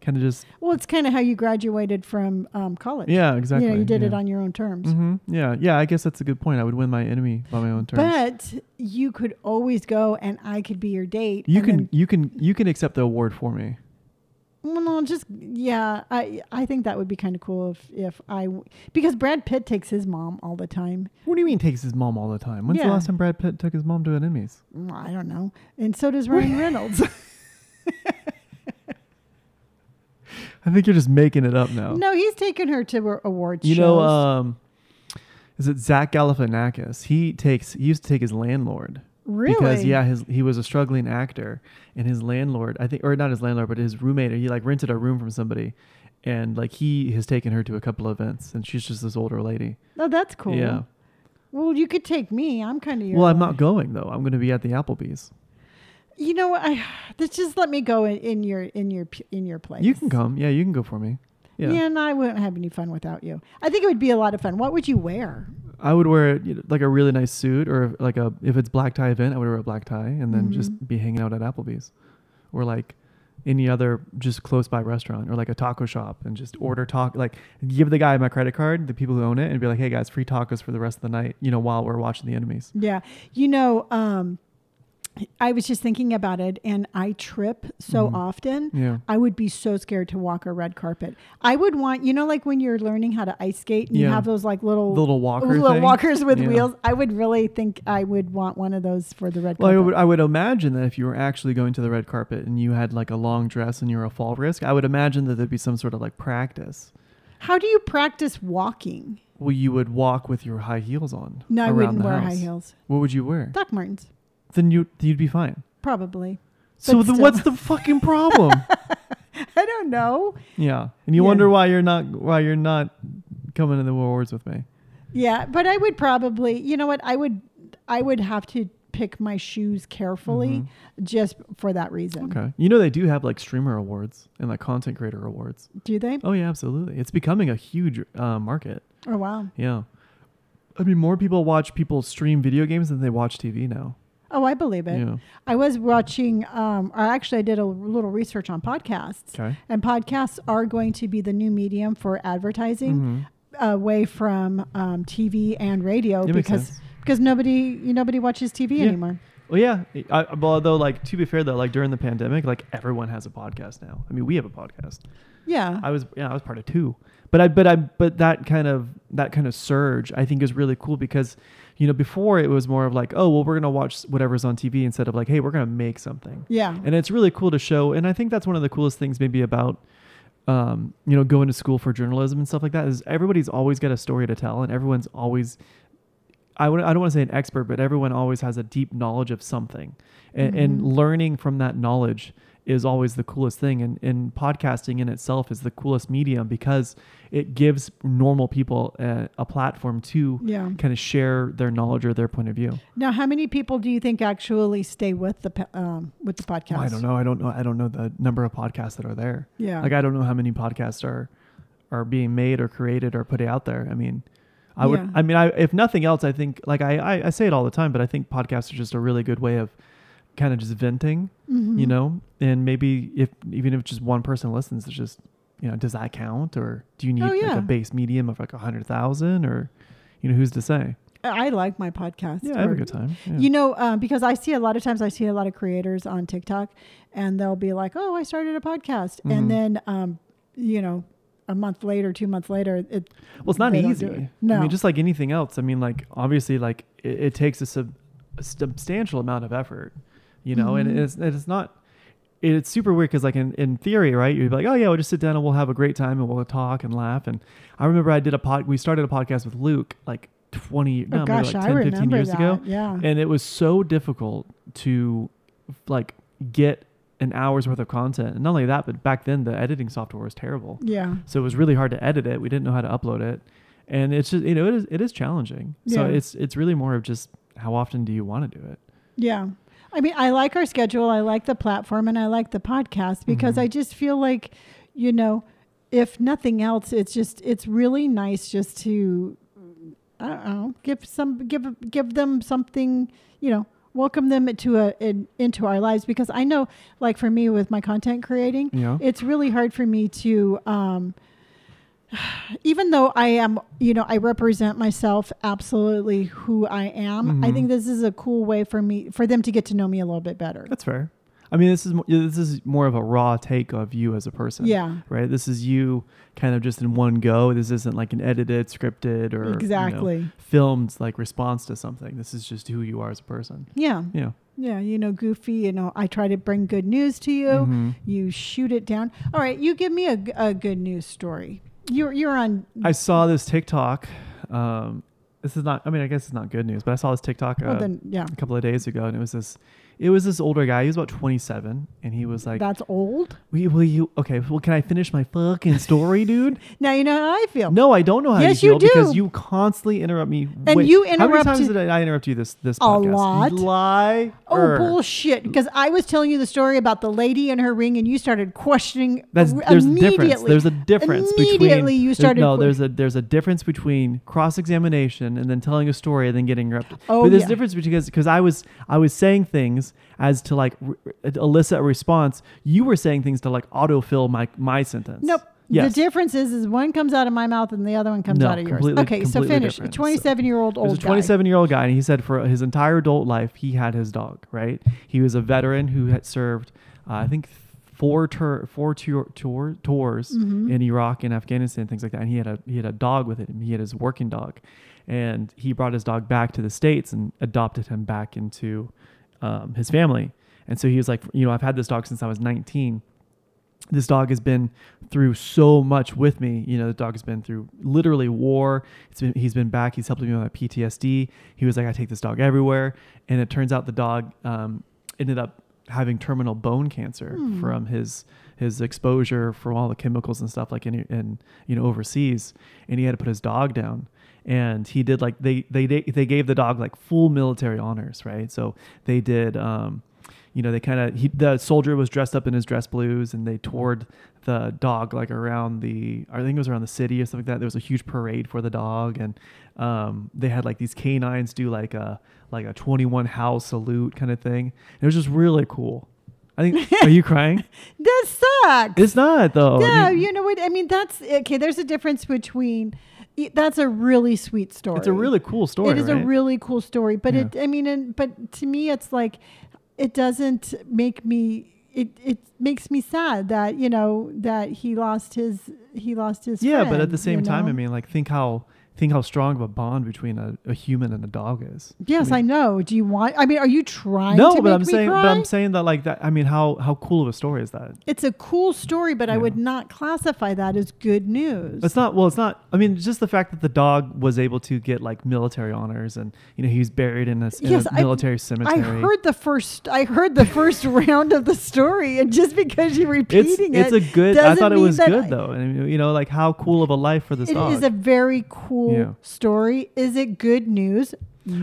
S1: kind of just
S3: Well, it's kind of how you graduated from um, college.
S1: yeah, exactly.
S3: You know, you did
S1: yeah.
S3: it on your own terms.
S1: hmm Yeah, yeah. I guess that's a good point. I would win my enemy by my own terms.
S3: But you could always go and I could be your date.
S1: you
S3: and
S1: can
S3: then-
S1: you can you can accept the award for me.
S3: Well, no, just yeah. I I think that would be kind of cool if if I w- because Brad Pitt takes his mom all the time.
S1: What do you mean takes his mom all the time? When's the
S3: Yeah.
S1: last time Brad Pitt took his mom to an Emmys?
S3: Mm, I don't know, and so
S1: *laughs*
S3: does Ryan Reynolds. *laughs*
S1: I think you're just making it up now.
S3: no, he's taken her to a- awards.
S1: Oh. You
S3: shows.
S1: know, um, is it Zach Galifianakis? He takes he used to take his landlord
S3: really?
S1: because yeah, his he was a struggling actor, and his landlord I think or not his landlord but his roommate he like rented a room from somebody, and like he has taken her to a couple events, and she's just this older lady.
S3: Oh, that's cool.
S1: uh, Yeah.
S3: Well, you could take me. I'm kind of your.
S1: Well, I'm not going though. I'm going to be at the Applebee's.
S3: You know, what, I this just let me go in, in your in your p- in your place.
S1: You can come. Yeah, you can go for me. Yeah.
S3: Yeah. and I wouldn't have any fun without you. I think it would be a lot of fun. What would you wear?
S1: I would wear you know, like a really nice suit, or like a if it's black tie event, I would wear a black tie and then
S3: Mm-hmm.
S1: just be hanging out at Applebee's, or like any other just close by restaurant, or like a taco shop and
S3: Mm-hmm.
S1: just order taco. Like give the guy my credit card, the people who own it, and be like, hey guys, free tacos for the rest of the night. You know, while we're watching the enemies.
S3: Yeah. You know, um, I was just thinking about it and I trip so often.
S1: Mm-hmm. Yeah.
S3: I would be so scared to walk a red carpet. I would want, you know, like when you're learning how to ice skate and you
S1: Yeah.
S3: have those like little
S1: The little walker
S3: little
S1: thing?
S3: walkers with
S1: Yeah.
S3: wheels. I would really think I would want one of those for the red
S1: Well, I
S3: carpet.
S1: would, I would imagine that if you were actually going to the red carpet and you had like a long dress and you're a fall risk, I would imagine that there'd be some sort of like practice.
S3: how do you practice walking?
S1: Well, you would walk with your high heels on.
S3: No, I
S1: around
S3: wouldn't
S1: the
S3: wear high
S1: house.
S3: heels.
S1: What would you wear?
S3: Doc Martens,
S1: then you you'd be fine.
S3: probably. *laughs*
S1: so
S3: But
S1: then
S3: still.
S1: what's the fucking
S3: *laughs*
S1: problem?
S3: I don't know.
S1: yeah, and you
S3: Yeah.
S1: wonder why you're not why you're not coming to the awards with me.
S3: Yeah, but I would probably, you know what, I would, I would have to pick my shoes carefully just for that reason.
S1: Mm-hmm. Okay, you know they do have like streamer awards and like content creator awards.
S3: Do they?
S1: Oh yeah, absolutely. It's becoming a huge uh, market.
S3: Oh wow.
S1: Yeah, I mean more people watch people stream video games than they watch TV now.
S3: Oh, I believe it.
S1: Yeah.
S3: I was watching. Um, or actually, I did a little research on podcasts,
S1: Okay.
S3: and podcasts are going to be the new medium for advertising.
S1: Mm-hmm.
S3: Away from um, TV and radio
S1: That makes
S3: because
S1: sense.
S3: because nobody nobody watches TV
S1: Yeah.
S3: anymore.
S1: Well, yeah. I, I- although, like to be fair though, like during the pandemic, like everyone has a podcast now. I mean, we have a podcast.
S3: Yeah,
S1: I was yeah, I was part of two. But I but I but that kind of that kind of surge I think is really cool because you know before it was more of like oh well we're gonna watch whatever's on TV instead of like hey we're gonna make something
S3: yeah,
S1: and it's really cool to show and I think that's one of the coolest things maybe about um, you know going to school for journalism and stuff like that is everybody's always got a story to tell and everyone's always I would I don't want to say an expert but everyone always has a deep knowledge of something and, and learning from that knowledge is always the coolest thing and, and podcasting in itself is the coolest medium because it gives normal people a, a platform to
S3: yeah.
S1: kind of share their knowledge or their point of view.
S3: Now, how many people do you think actually stay with the pe- um, with the podcast?
S1: Well, Oh, I don't know. I don't know. I don't know the number of podcasts that are there.
S3: Yeah.
S1: Like I don't know how many podcasts are are being made or created or put out there. I mean, I
S3: Yeah.
S1: would. I mean, I if nothing else, I think like I, I I say it all the time, but I think podcasts are just a really good way of
S3: Mm-hmm.
S1: kind of just venting, you know. And maybe if even if just one person listens, it's just you know, does that count or do you need
S3: Oh,
S1: like
S3: yeah.
S1: a base medium of like a hundred thousand or, you know, who's to say?
S3: I I like my podcast.
S1: Yeah, I have a
S3: or-
S1: good time. Yeah.
S3: You know, um, because I see a lot of times I see a lot of creators on TikTok, and they'll be like, "Oh, I started a podcast,"
S1: Mhm.
S3: and then, um, you know, a month later, two months later, it
S1: Well, it's not
S3: they don't
S1: easy.
S3: do it.
S1: I
S3: No.
S1: mean, just like anything else. I mean, like obviously, like it, it takes a, sub, a substantial amount of effort, you know,
S3: Mm-hmm.
S1: and it's it's not. It's super weird because, like, in, in theory, right? You'd be like, oh, yeah, we'll just sit down and we'll have a great time and we'll talk and laugh. And I remember I did a pod, we started a podcast with Luke like 20, no,
S3: oh
S1: maybe
S3: gosh,
S1: like
S3: I
S1: 10, 15
S3: remember
S1: years
S3: that.
S1: ago.
S3: Yeah,
S1: And it was so difficult to, like, get an hour's worth of content. And not only that, but back then the editing software was terrible.
S3: yeah.
S1: So it was really hard to edit it. We didn't know how to upload it. And it's just, you know, it is, it is challenging. So
S3: Yeah.
S1: it's, it's really more of just how often do you want to do it?
S3: Yeah. I mean, I like our schedule. I like the platform and I like the podcast because
S1: Mhm.
S3: I just feel like, you know, if nothing else, it's just, it's really nice just to, I don't know, give some, give, give them something, you know, welcome them into a, in, into our lives because I know, like for me with my content creating,
S1: You know?
S3: it's really hard for me to um even though I am, you know, I represent myself absolutely who I am. I
S1: Mhm.
S3: think this is a cool way for me for them to get to know me a little bit better.
S1: That's fair. I mean, this is, mo- this is more of a raw take of you as a person.
S3: Yeah.
S1: Right. This is you kind of just in one go. This isn't like an edited, scripted or you know,
S3: Exactly.
S1: filmed like response to something. This is just who you are as a person.
S3: Yeah.
S1: Yeah.
S3: Yeah, you know, goofy, you know, I try to bring good news to you.
S1: Mhm.
S3: You shoot it down. All right, you give me a, g- a good news story. You're you're on
S1: I saw this TikTok. Um, this is not, I mean, I guess it's not good news, but I saw this TikTok.
S3: well
S1: uh,
S3: then yeah.
S1: a couple of days ago, and it was this, it was this older guy. He was about 27, and he was like,
S3: That's old.
S1: "We will you? Okay, well, can I finish my fucking story,
S3: *laughs*
S1: dude?
S3: Now you know how I feel.
S1: No, I don't know how
S3: Yes,
S1: you
S3: you
S1: feel because
S3: do.
S1: you constantly interrupt me.
S3: And
S1: way-
S3: you
S1: How many
S3: interrupt-
S1: times did I, I interrupt you this this
S3: A
S1: podcast?
S3: lot.
S1: Lie.
S3: Oh bullshit! Because I was telling you the story about the lady and her ring, and you started questioning.
S1: That's
S3: r-
S1: there's a
S3: immediately.
S1: difference. There's a difference between
S3: Immediately you
S1: there's-
S3: started
S1: No,
S3: qu-
S1: there's a there's a difference between cross examination and then telling a story and then getting interrupted.
S3: Oh,
S1: but there's
S3: yeah.
S1: a difference because because I was I was saying things as to like re- elicit a response. You were saying things to like autofill my my sentence.
S3: Nope.
S1: Yes.
S3: The difference is, is one comes out of my mouth and the other one comes
S1: No,
S3: out of yours.
S1: completely-
S3: Okay, so
S1: completely
S3: finish.
S1: different. So-
S3: Twenty-seven-year-old
S1: There's
S3: old
S1: a 27 year old guy, and he said for his entire adult life, he had his dog, right? He was a veteran who had served, uh, I think, four tour, four tour, tour, tours in Iraq and Afghanistan, things like that. And he had a he had a dog with him. He had his working dog, and he brought his dog back to the states and adopted him back into um, his family. And so he was like, you know, I've had this dog since I was 19 this dog has been through so much with me. You know, the dog has been through literally war. It's been, he's been back. He's helping me with my PTSD. He was like, I take this dog everywhere. And it turns out the dog um, ended up having terminal bone cancer from his his exposure from all the chemicals and stuff like in, in you know overseas and he had to put his dog down and he did like they they they gave the dog like full military honors right so they did um you know, they kind of he the soldier was dressed up in his dress blues, and they toured the dog like around the I think it was around the city or something like that. There was a huge parade for the dog, and um, they had like these canines do like a like a twenty one howl salute kind of thing. It was just really cool. I
S3: *laughs*
S1: think. are you crying?
S3: That sucks.
S1: It's not though. I
S3: yeah,
S1: mean,
S3: you know what? I mean, that's okay. There's a difference between. e- That's a really sweet story.
S1: it's a really cool story.
S3: It is
S1: right?
S3: a really cool story, but
S1: Yeah.
S3: it. I mean, and, but to me, it's like it doesn't make me. It it makes me sad that you know that he lost his he lost his.
S1: yeah, but
S3: friend,
S1: at the
S3: you
S1: same time,
S3: know?
S1: I mean, like think how think how strong of a bond between a, a human and a dog is.
S3: Yes, I,
S1: mean-
S3: know. Do you want? I mean, are you trying?
S1: No,
S3: to
S1: but
S3: make
S1: I'm
S3: me
S1: saying,
S3: cry?
S1: but I'm saying that like that. I mean, how how cool of a story is that?
S3: it's a cool story, but I
S1: Yeah.
S3: would not classify that as good news.
S1: It's not well. It's not. I mean, just the fact that the dog was able to get like military honors, and you know he was buried in a, in a
S3: Yes, I-
S1: military
S3: I
S1: cemetery.
S3: heard the first. I heard the first *laughs* round of the story, and just because you're
S1: it's
S3: repeating
S1: it's
S3: it,
S1: a good. I
S3: doesn't
S1: thought it
S3: mean
S1: was
S3: that
S1: good
S3: I-
S1: though, and you know like how cool of a life for this
S3: It
S1: dog.
S3: is a very cool
S1: Yeah.
S3: story. Is it good news?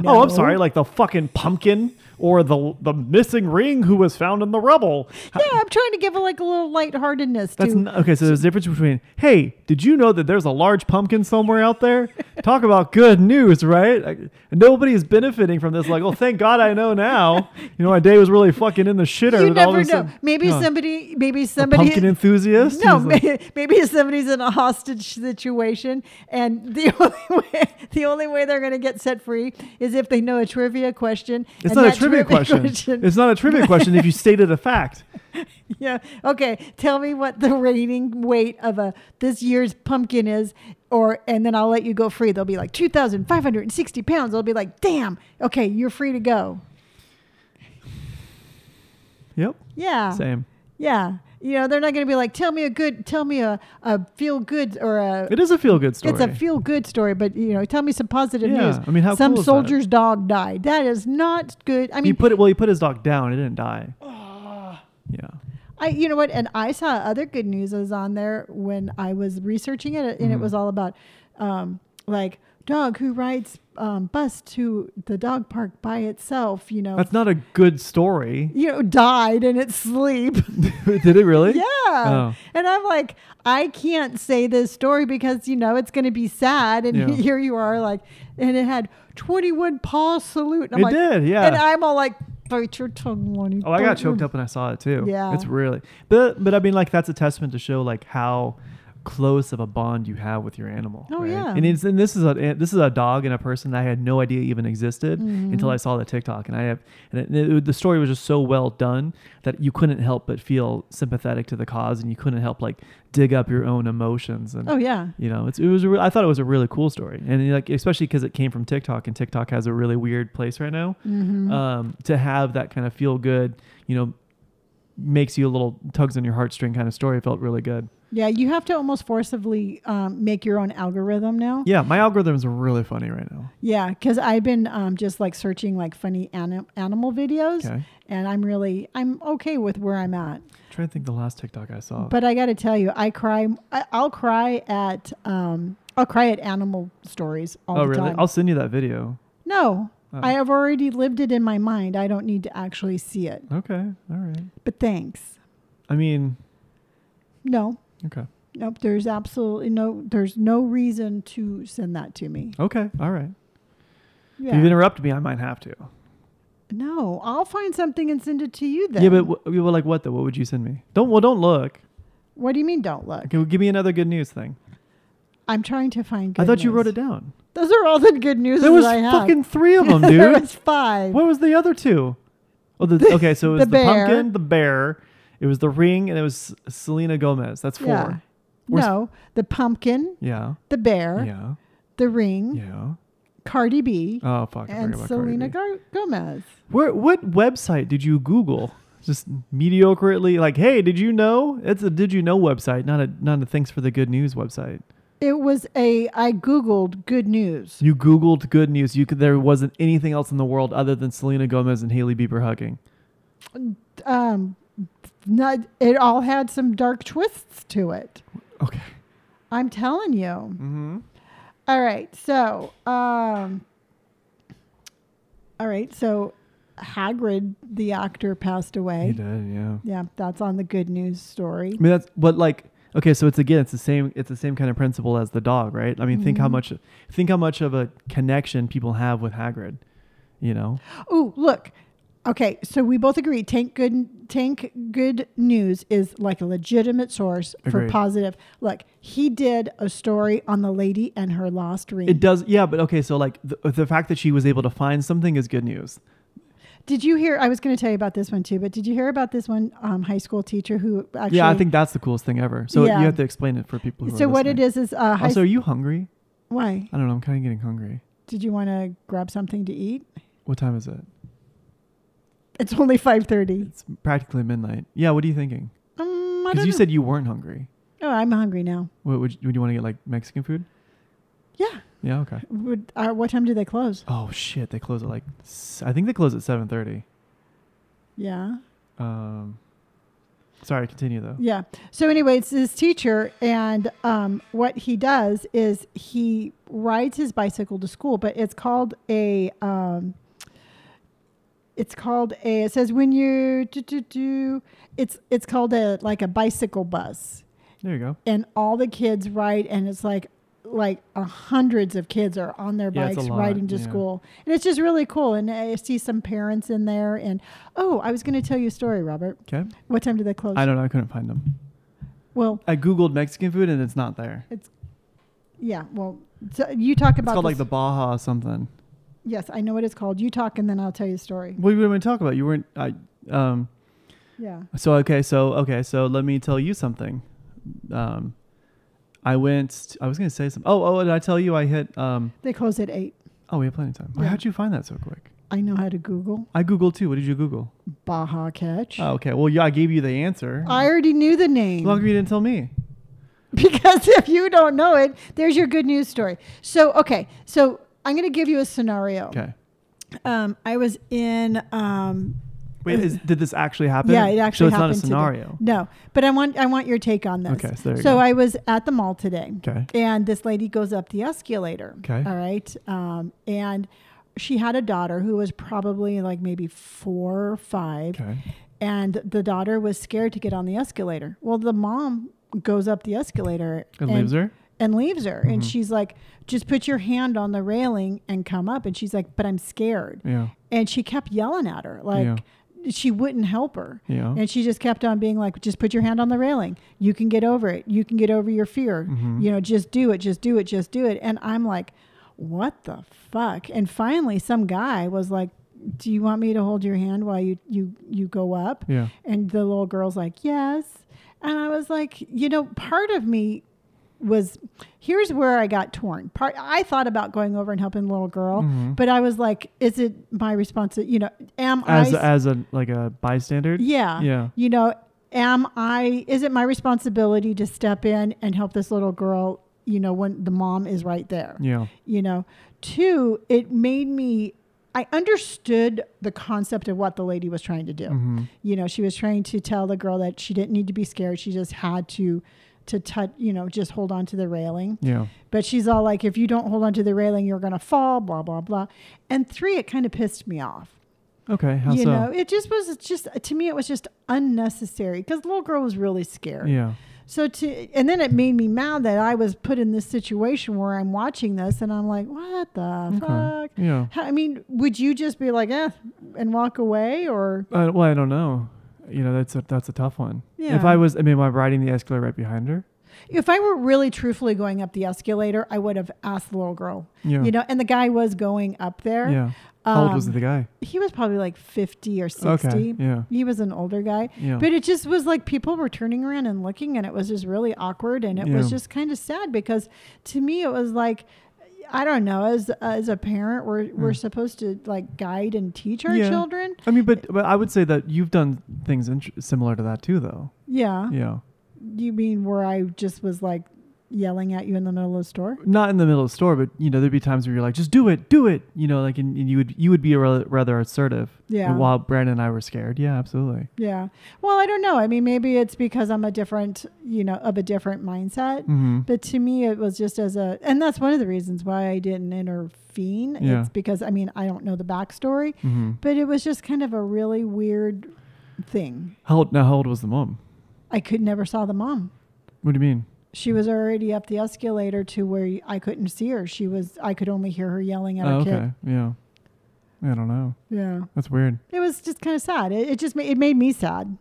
S1: Oh, I'm
S3: No.
S1: sorry. Like the fucking pumpkin or the the missing ring who was found in the rubble.
S3: Yeah, I'm trying to give it like a little lightheartedness
S1: That's
S3: to
S1: n- okay. So there's a difference between hey, did you know that there's a large pumpkin somewhere out
S3: *laughs*
S1: there? Talk about good news, right? Like, nobody is benefiting from this. Like, oh, thank God I know now. You know, my day was really fucking in the shitter.
S3: You
S1: and all
S3: never
S1: of
S3: know.
S1: a sudden-
S3: maybe
S1: Huh.
S3: somebody, maybe
S1: A
S3: somebody, *laughs*
S1: pumpkin enthusiast.
S3: no,
S1: He's like,
S3: *laughs* may- maybe if somebody's in a hostage situation, and the *laughs* only way the only way they're going to get set free is if they know a trivia question.
S1: it's
S3: and
S1: not a
S3: that
S1: trivia question. It's not a trivia question
S3: *laughs*
S1: if you stated a fact.
S3: yeah. Okay. Tell me what the rating weight of a this year's pumpkin is, or and then I'll let you go free. They'll be like two thousand five hundred and sixty pounds. They'll be like, damn. Okay, you're free to go.
S1: Yep.
S3: Yeah.
S1: Same.
S3: Yeah. You know, they're not going to be like, tell me a good, tell me a, a feel good or a.
S1: It is a feel good story.
S3: It's a feel good story, but you know, tell me some positive
S1: Yeah,
S3: news.
S1: I mean, how
S3: some
S1: cool is that?
S3: soldier's dog died. That is not good. I
S1: he
S3: mean, Ah.
S1: put it. Well, he put his dog down. It didn't die. yeah.
S3: I you know what? And I saw other good news was on there when I was researching it, and it
S1: Mm.
S3: was all about um, like dog who rides um, bus to the dog park by itself. You know,
S1: That's not a good story. *laughs*
S3: you know, died in its sleep.
S1: Did it really?
S3: Yeah.
S1: Oh.
S3: And I'm like, I can't say this story because, you know, it's going to be sad. And
S1: Yeah.
S3: *laughs* here you are, like, and it had 21 paw salute. And I'm
S1: It
S3: like,
S1: did, yeah.
S3: And I'm all like, bite your tongue, Lonnie.
S1: Oh, I got
S3: bite your-"
S1: choked up when I saw it too.
S3: Yeah.
S1: It's really, but but I mean, like that's a testament to show like how close of a bond you have with your animal.
S3: Oh,
S1: right?
S3: yeah.
S1: And it's and this is a this is a dog and a person that I had no idea even existed
S3: Mm-hmm.
S1: until I saw the TikTok and I have and it, it- the story was just so well done that you couldn't help but feel sympathetic to the cause and you couldn't help like dig up your own emotions and
S3: Oh, yeah.
S1: you know, it's, it was. A re- I thought it was a really cool story, and like especially because it came from TikTok, and TikTok has a really weird place right now.
S3: Mm-hmm.
S1: Um, to have that kind of feel good, you know, makes you a little tugs on your heartstring kind of story. Felt really good.
S3: Yeah. You have to almost forcibly um, make your own algorithm now.
S1: Yeah, my algorithms are really funny right now.
S3: Yeah, because I've been um, just like searching like funny anim- animal videos,
S1: Okay.
S3: and I'm really I'm okay with where I'm at.
S1: trying to think the last TikTok I saw.
S3: But uh, I got to tell you, I cry. I, I'll cry at um, I'll cry at animal stories all
S1: oh
S3: the
S1: really?
S3: time.
S1: I'll send you that video.
S3: no,
S1: Oh.
S3: I have already lived it in my mind. I don't need to actually see it.
S1: Okay, all right.
S3: But thanks.
S1: I mean,
S3: No,
S1: okay,
S3: nope. There's absolutely no. There's no reason to send that to me.
S1: okay, all right. If
S3: Yeah.
S1: you interrupt me, I might have to.
S3: no, I'll find something and send it to you. Then.
S1: Yeah, but w- well, like what though? What would you send me? Don't well, don't look.
S3: what do you mean? Don't look.
S1: Okay, well, give me another good news thing.
S3: I'm trying to find. Good
S1: I thought you
S3: news.
S1: wrote it down.
S3: Those are all the good news
S1: There was
S3: that I have. *laughs*
S1: fucking three of them,
S3: there
S1: dude.
S3: was five.
S1: *laughs* what was the other two? Oh, the,
S3: *laughs*
S1: okay, so it was
S3: the
S1: the,
S3: bear.
S1: pumpkin, the bear, it was the ring, and it was Selena Gomez. That's four.
S3: Yeah.
S1: Where's-
S3: No, the pumpkin,
S1: Yeah.
S3: the bear,
S1: Yeah.
S3: the ring,
S1: Yeah.
S3: Cardi B,
S1: Oh fuck. I forgot
S3: and
S1: about
S3: Selena
S1: Cardi B.
S3: Gar- Gomez.
S1: Where what website did you Google? Just mediocrely like, hey, did you know? It's a did you know website, not a not a thanks for the good news website.
S3: It was a I googled good news.
S1: You Googled good news. You could, there wasn't anything else in the world other than Selena Gomez and Haley Bieber hugging.
S3: Um, not it all had some dark twists to it.
S1: Okay.
S3: I'm telling you.
S1: Mm-hmm.
S3: All right, so um, all right, so Hagrid the actor passed
S1: He
S3: away.
S1: did, yeah.
S3: Yeah, that's on the good news story.
S1: I mean that's but like okay, so it's again it's the same it's the same kind of principle as the dog, right? I mean think
S3: Mm-hmm.
S1: how much think how much of a connection people have with Hagrid, you know?
S3: Oh, look. Okay, so we both agree Tank Good Tank Good News is like a legitimate source for
S1: Agreed.
S3: positive. Look, he did a story on the lady and her lost ring.
S1: It does yeah, but okay, so like the, the fact that she was able to find something is good news.
S3: did you hear? I was going to tell you about this one too, but did you hear about this one um, high school teacher who actually?
S1: yeah, I think that's the coolest thing ever. So
S3: Yeah.
S1: you have to explain it for people who
S3: So
S1: are
S3: what it
S1: listening.
S3: is is uh, high.
S1: Also, are you hungry?
S3: why
S1: I don't know, I'm kind of getting hungry.
S3: did you want to grab something to eat?
S1: What time is it?
S3: It's only five thirty.
S1: It's practically midnight. Yeah, what are you thinking?
S3: Um, I
S1: Cuz
S3: don't
S1: you
S3: know.
S1: said you weren't hungry.
S3: Oh, I'm hungry now.
S1: What would you, would you want to get like Mexican food?
S3: Yeah.
S1: Yeah, okay.
S3: Would, uh, what time do they close?
S1: Oh shit, they close at like s- I think they close at 7:30.
S3: Yeah.
S1: Um, sorry, continue though.
S3: Yeah. So, anyway, it's this teacher, and um, what he does is he rides his bicycle to school, but it's called a um, It's called a. It says when you do do do. It's it's called a like a bicycle bus,
S1: There you go.
S3: and all the kids ride, and it's like like a hundreds of kids are on their
S1: Yeah, it's a
S3: bikes
S1: lot,
S3: riding to
S1: yeah.
S3: school, and it's just really cool. And I see some parents in there, and oh, I was going to tell you a story, Robert.
S1: Okay.
S3: What time did they close?
S1: I don't know. I couldn't find them.
S3: Well,
S1: I Googled Mexican food and it's not there.
S3: yeah. Well, so you talk
S1: It's
S3: about
S1: called like
S3: this-
S1: the Baja or something.
S3: Yes, I know what it's called. You talk, and then I'll tell you the story.
S1: What were you going to talk about? You weren't. I. Um.
S3: Yeah.
S1: So okay. So okay. So let me tell you something. Um, I went. I was going to say something. Oh. Oh. Did I tell you I hit? Um.
S3: They close at eight.
S1: Oh, we have plenty of time.
S3: Yeah.
S1: How'd you find that so quick?
S3: I know how to Google
S1: I Googled too. What did you Google?
S3: Baja Catch.
S1: Oh, okay. Well, yeah, I gave you the answer.
S3: I Oh. already knew the
S1: How
S3: name
S1: long you didn't tell me?
S3: *laughs* because if you don't know it, there's your good news story. So, okay. So, I'm going to give you a scenario.
S1: Okay.
S3: Um, I was in. Um,
S1: Wait. Is, did this actually happen?
S3: Yeah, it actually
S1: So it's not a
S3: happened today.
S1: scenario.
S3: no, but I want I want your take on this.
S1: Okay, so there you
S3: so
S1: go.
S3: I was at the mall today.
S1: Okay.
S3: And this lady goes up the escalator.
S1: Okay.
S3: All right. Um, and she had a daughter who was probably like maybe four or five.
S1: Okay.
S3: And the daughter was scared to get on the escalator. Well, the mom goes up the escalator
S1: And leaves her? Mm-hmm.
S3: And leaves her. And she's like, just put your hand on the railing and come up. And she's like, but I'm scared.
S1: Yeah.
S3: And she kept yelling at her. Like,
S1: Yeah.
S3: she wouldn't help her.
S1: Yeah.
S3: And she just kept on being like, just put your hand on the railing. You can get over it. You can get over your fear. You know, just do it, just do it, just do it. And I'm like, what the fuck? And finally, some guy was like, do you want me to hold your hand while you you you go up?
S1: Yeah.
S3: And the little girl's like, yes. And I was like, you know, part of me was here's where I got torn. Part I thought about going over and helping the little girl,
S1: Mm-hmm.
S3: but I was like, is it my responsibility? You know, am
S1: As
S3: I
S1: as a like a bystander.
S3: yeah.
S1: Yeah.
S3: You know, am I, is it my responsibility to step in and help this little girl, you know, when the mom is right there?
S1: Yeah.
S3: You know, two, it made me, I understood the concept of what the lady was trying to do.
S1: Mm-hmm.
S3: You know, she was trying to tell the girl that she didn't need to be scared. She just had to, to touch, you know, just hold on to the railing.
S1: Yeah.
S3: But she's all like, if you don't hold on to the railing, you're going to fall, blah, blah, blah. And three, it kind of pissed me off
S1: Okay. How
S3: you
S1: so?
S3: know, it just was it's just to me it was just unnecessary because the little girl was really scared.
S1: yeah.
S3: So to and then it made me mad that I was put in this situation where I'm watching this and I'm like, what the fuck?
S1: Yeah.
S3: How, I mean, would you just be like, eh, and walk away or
S1: Uh, well, I don't know. You know, that's a, that's a tough one. If
S3: Yeah.
S1: I was, I mean, am I riding the escalator right behind her?
S3: if I were really truthfully going up the escalator, I would have asked the little girl.
S1: Yeah.
S3: You know, and the guy was going up there.
S1: Yeah. How old was
S3: Um,
S1: the guy?
S3: He was probably like 50 or 60.
S1: Okay. Yeah.
S3: He was an older guy.
S1: Yeah.
S3: um, But it just was like people were turning around and looking, and it was just really awkward. And it was
S1: Yeah.
S3: just kind of sad because to me, it was like, I don't know, as, as a parent, we're, we're supposed to like guide and teach our
S1: Hmm. Yeah.
S3: children.
S1: I mean, but, but I would say that you've done things int- similar to that too, though.
S3: Yeah.
S1: Yeah.
S3: You mean where I just was like yelling at you in the middle of the store?
S1: Not in the middle of the store, but you know, there'd be times where you're like, just do it, do it. You know, like, and, and you would, you would be ra- rather assertive.
S3: Yeah.
S1: And while Brandon and I were scared. Yeah, absolutely.
S3: Yeah. Well, I don't know. I mean, maybe it's because I'm a different, you know, of a different mindset.
S1: Mm-hmm.
S3: But to me, it was just as a, and that's one of the reasons why I didn't intervene.
S1: Yeah.
S3: It's because, I mean, I don't know the backstory,
S1: Mm-hmm.
S3: but it was just kind of a really weird thing.
S1: How old, now how old was the mom?
S3: I could never saw the mom.
S1: What do you mean?
S3: She was already up the escalator to where I couldn't see her. She was, I could only hear her yelling at her
S1: Oh,
S3: kid.
S1: okay. Yeah. I don't know.
S3: Yeah.
S1: That's weird.
S3: It was just kind of sad. It, it just made, it made me sad,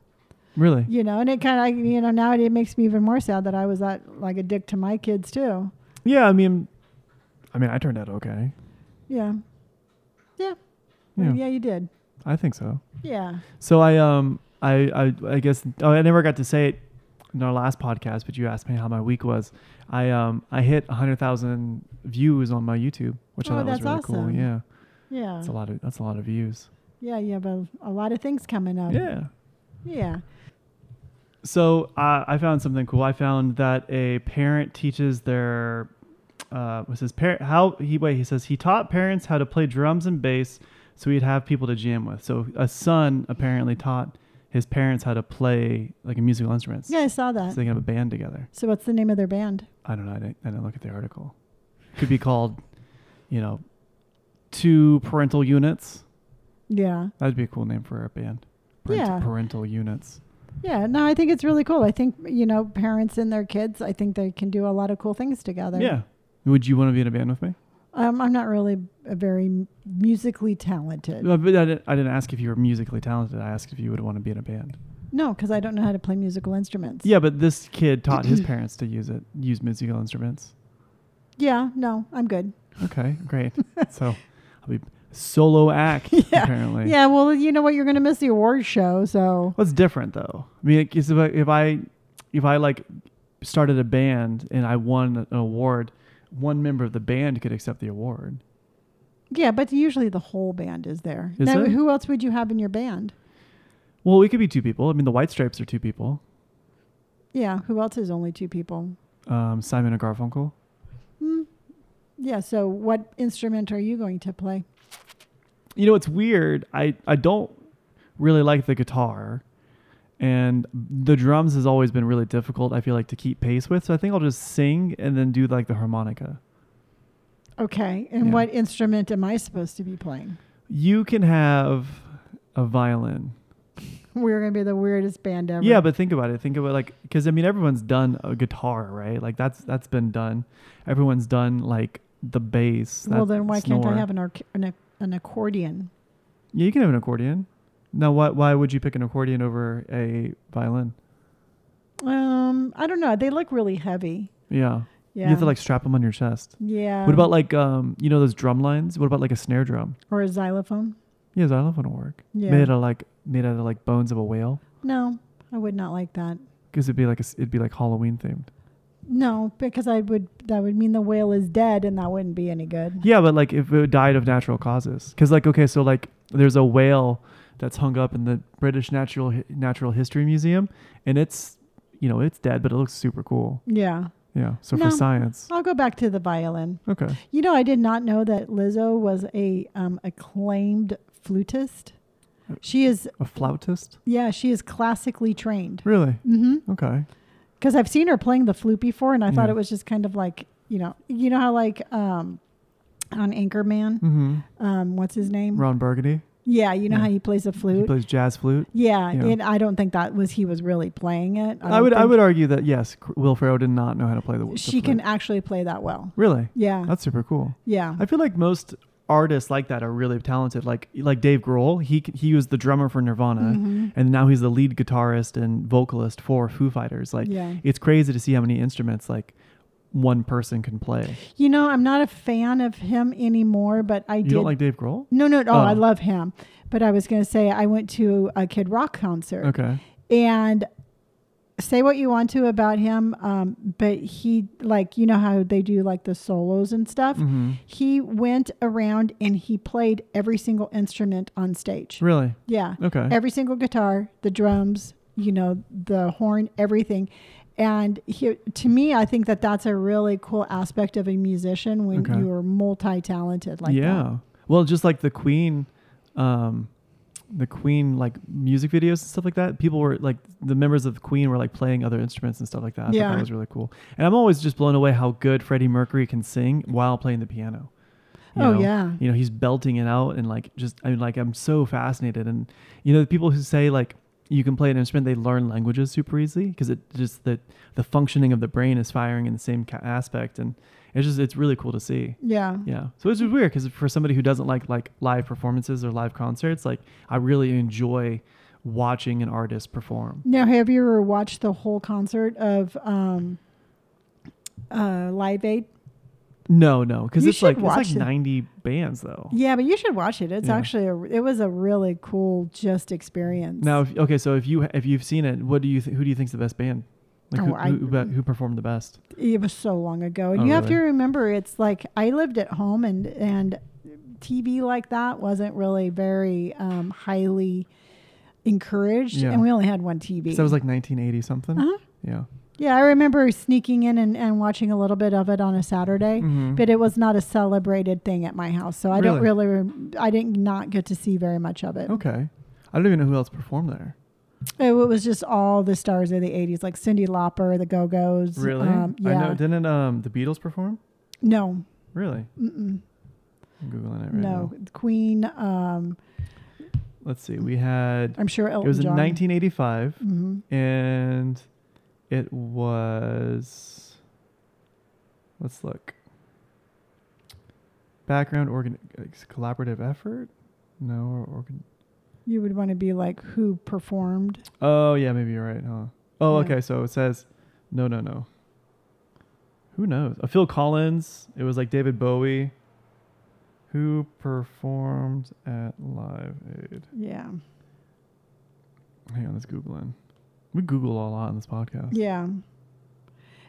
S1: Really?
S3: you know, and it kind of, you know, now it makes me even more sad that I was that, like a dick to my kids too.
S1: Yeah. I mean, I mean, I turned out okay.
S3: Yeah. Yeah.
S1: Yeah.
S3: yeah you did.
S1: I think so.
S3: Yeah.
S1: So I um I I, I guess oh, I never got to say it in our last podcast, but you asked me how my week was. I um I hit hundred thousand views on my YouTube, which
S3: Oh,
S1: I thought was
S3: that's
S1: really cool.
S3: awesome.
S1: Yeah,
S3: Yeah.
S1: that's a lot of that's a lot of views.
S3: Yeah, you have a, a lot of things coming up.
S1: Yeah.
S3: Yeah.
S1: So I I found something cool. I found that a parent teaches their uh was his parent how he wait he says he taught parents how to play drums and bass so he'd have people to jam with. So a son apparently taught his parents how to play like musical instruments.
S3: Yeah, I saw that.
S1: So they can have a band together.
S3: So what's the name of their band?
S1: I don't know. I didn't, I didn't look at the article. Could be called, you know, two parental units
S3: Yeah.
S1: That'd be a cool name for our band. Parent-
S3: Yeah.
S1: Parental units.
S3: Yeah. No, I think it's really cool. I think, you know, parents and their kids, I think they can do a lot of cool things together.
S1: Yeah. Would you want to be in a band with me?
S3: Um, I'm not really a very m- musically talented.
S1: Uh, but I didn't, I didn't ask if you were musically talented. I asked if you would want to be in a band.
S3: No, because I don't know how to play musical instruments.
S1: Yeah, but this kid taught
S3: *clears throat*
S1: his parents to use it, use musical
S3: *laughs*
S1: instruments.
S3: Yeah. No, I'm good.
S1: Okay,
S3: *laughs*
S1: great. so I'll be solo act
S3: Yeah.
S1: apparently.
S3: Yeah. Well, you know what? You're going to miss the award show. So,
S1: What's different though? I mean, like, is if I, if I if I like started a band and I won an award, one member of the band could accept the award.
S3: yeah, but usually the whole band is there.
S1: Is
S3: now,
S1: it?
S3: who else would you have in your band?
S1: Well, we could be two people. I mean, the White Stripes are two people.
S3: Yeah. Who else is only two people?
S1: Um, Simon and Garfunkel.
S3: Hmm. Yeah. So, what instrument are you going to play?
S1: You know, it's weird. I I don't really like the guitar, and the drums has always been really difficult. I feel like to keep pace with. So I think I'll just sing and then do like the harmonica.
S3: Okay. And
S1: Yeah.
S3: what instrument am I supposed to be playing? *laughs*
S1: You can have a violin.
S3: We're going to be the weirdest band ever.
S1: Yeah, but think about it. Think about like because I mean everyone's done a guitar, right? Like that's that's been done. Everyone's done like the bass.
S3: well,
S1: that
S3: then why can't
S1: snore.
S3: I have an, arc- an, ac- an accordion?
S1: Yeah, you can have an accordion. Now, why why would you pick an accordion over a violin?
S3: Um, I don't know. They look really heavy.
S1: Yeah,
S3: Yeah.
S1: you have to like strap them on your chest.
S3: yeah.
S1: What about like um you know those drum lines? What about like a snare drum?
S3: or a xylophone?
S1: Yeah, xylophone will work.
S3: Yeah.
S1: Made out of like made out of like bones of a whale.
S3: No, I would not like that.
S1: Because it'd be like a s it'd be like Halloween themed.
S3: No, because I would. That would mean the whale is dead, and that wouldn't be any good.
S1: Yeah, but like if it died of natural causes, because like okay, so like there's a whale that's hung up in the British Natural Hi- Natural History Museum, and it's you know it's dead, but it looks super cool.
S3: Yeah.
S1: Yeah, so
S3: No.
S1: for science,
S3: I'll go back to the violin. *laughs*
S1: okay,
S3: You know, I did not know that Lizzo was a um, acclaimed flutist. She is.
S1: a flautist,
S3: Yeah, she is classically trained.
S1: really?
S3: Mm-hmm.
S1: Okay,
S3: Because I've seen her playing the flute before, and I thought
S1: Yeah.
S3: it was just kind of like you know, you know how like um, on Anchorman,
S1: mm-hmm.
S3: um, what's his name?
S1: Ron Burgundy,
S3: Yeah, you know
S1: Yeah.
S3: how he plays a
S1: he
S3: flute.
S1: plays jazz flute.
S3: yeah,
S1: Yeah.
S3: and I don't think that was he was really playing it.
S1: I,
S3: don't
S1: would I
S3: think
S1: would argue that yes, C- Will Ferrell did not know how to play the. the
S3: She can
S1: flute.
S3: actually play that well.
S1: really.
S3: Yeah,
S1: That's super cool.
S3: yeah,
S1: I feel like most artists like that are really talented. Like like Dave Grohl, he c- he was the drummer for Nirvana,
S3: Mhm.
S1: and now he's the lead guitarist and vocalist for Foo Fighters. Like
S3: yeah.
S1: it's crazy to see how many instruments like one person can play.
S3: You know, I'm not a fan of him anymore, but I
S1: you
S3: did.
S1: don't like Dave Grohl?
S3: no, no, no. I
S1: Oh.
S3: love him, but I was going to say I went to a Kid Rock concert.
S1: Okay.
S3: and say what you want to about him um, but he like you know how they do like the solos and stuff
S1: hmm
S3: he went around and he played every single instrument on stage
S1: Really?
S3: yeah
S1: Okay.
S3: every single guitar the drums you know the horn everything and he, to me i think that that's a really cool aspect of a musician when
S1: Okay.
S3: you're multi-talented like
S1: yeah.
S3: that.
S1: Well, just like the Queen, um, the Queen like music videos and stuff like that. People were like the members of the Queen were like playing other instruments and stuff like that. I thought
S3: Yeah.
S1: that was really cool. And I'm always just blown away how good Freddie Mercury can sing while playing the piano. You
S3: Oh,
S1: know?
S3: yeah.
S1: You know he's belting it out and like just I mean like I'm so fascinated and you know the people who say like you can play an instrument they learn languages super easily because it just the the functioning of the brain is firing in the same ca- aspect and it's just it's really cool to see.
S3: yeah
S1: Yeah. So it's just weird because for somebody who doesn't like like live performances or live concerts, like I really enjoy watching an artist perform.
S3: Now, have you ever watched the whole concert of um, uh, Live Aid?
S1: No, no, because
S3: You
S1: it's like
S3: should
S1: it's like
S3: watch it.
S1: ninety bands though.
S3: Yeah, but you should watch it. It's
S1: Oh. Yeah.
S3: actually a, it was a really cool just experience.
S1: Now, if, okay, so if you if you've seen it, what do you th- who do you think's the best band? Like who,
S3: Oh, I-
S1: who, be- who performed the best?
S3: it was so long ago, and
S1: Oh,
S3: you have to
S1: really?
S3: remember it's like I lived at home, and and TV like that wasn't really very um, highly encouraged,
S1: Yeah.
S3: and we only had one TV.
S1: Because that was like nineteen eighty something.
S3: Uh-huh.
S1: Yeah.
S3: yeah, I remember sneaking in and, and watching a little bit of it on a Saturday.
S1: Mhm.
S3: but it was not a celebrated thing at my house. So I don't really, rem- I didn't not get to see very much of it.
S1: okay, I don't even know who else performed there.
S3: It was just all the stars of the '80s, like Cindy Lauper, the Go Go's. Um, yeah.
S1: I know. Didn't um the Beatles perform?
S3: no.
S1: Really?
S3: Mm-mm.
S1: I'm googling it right
S3: no. Queen. Um,
S1: let's see. We had
S3: I'm sure Elton
S1: it was in
S3: John.
S1: 1985,
S3: Mhm.
S1: and it was. Let's look. Background organ collaborative effort. No or organ.
S3: You would want to be like who performed.
S1: Oh yeah, maybe you're right, huh? Oh
S3: Yeah.
S1: okay, so it says, no, no, no. Who knows? Uh, Phil Collins. It was like David Bowie. Who performed at Live Aid?
S3: Yeah.
S1: Hang on, let's googling. We Google a lot on this podcast.
S3: Yeah.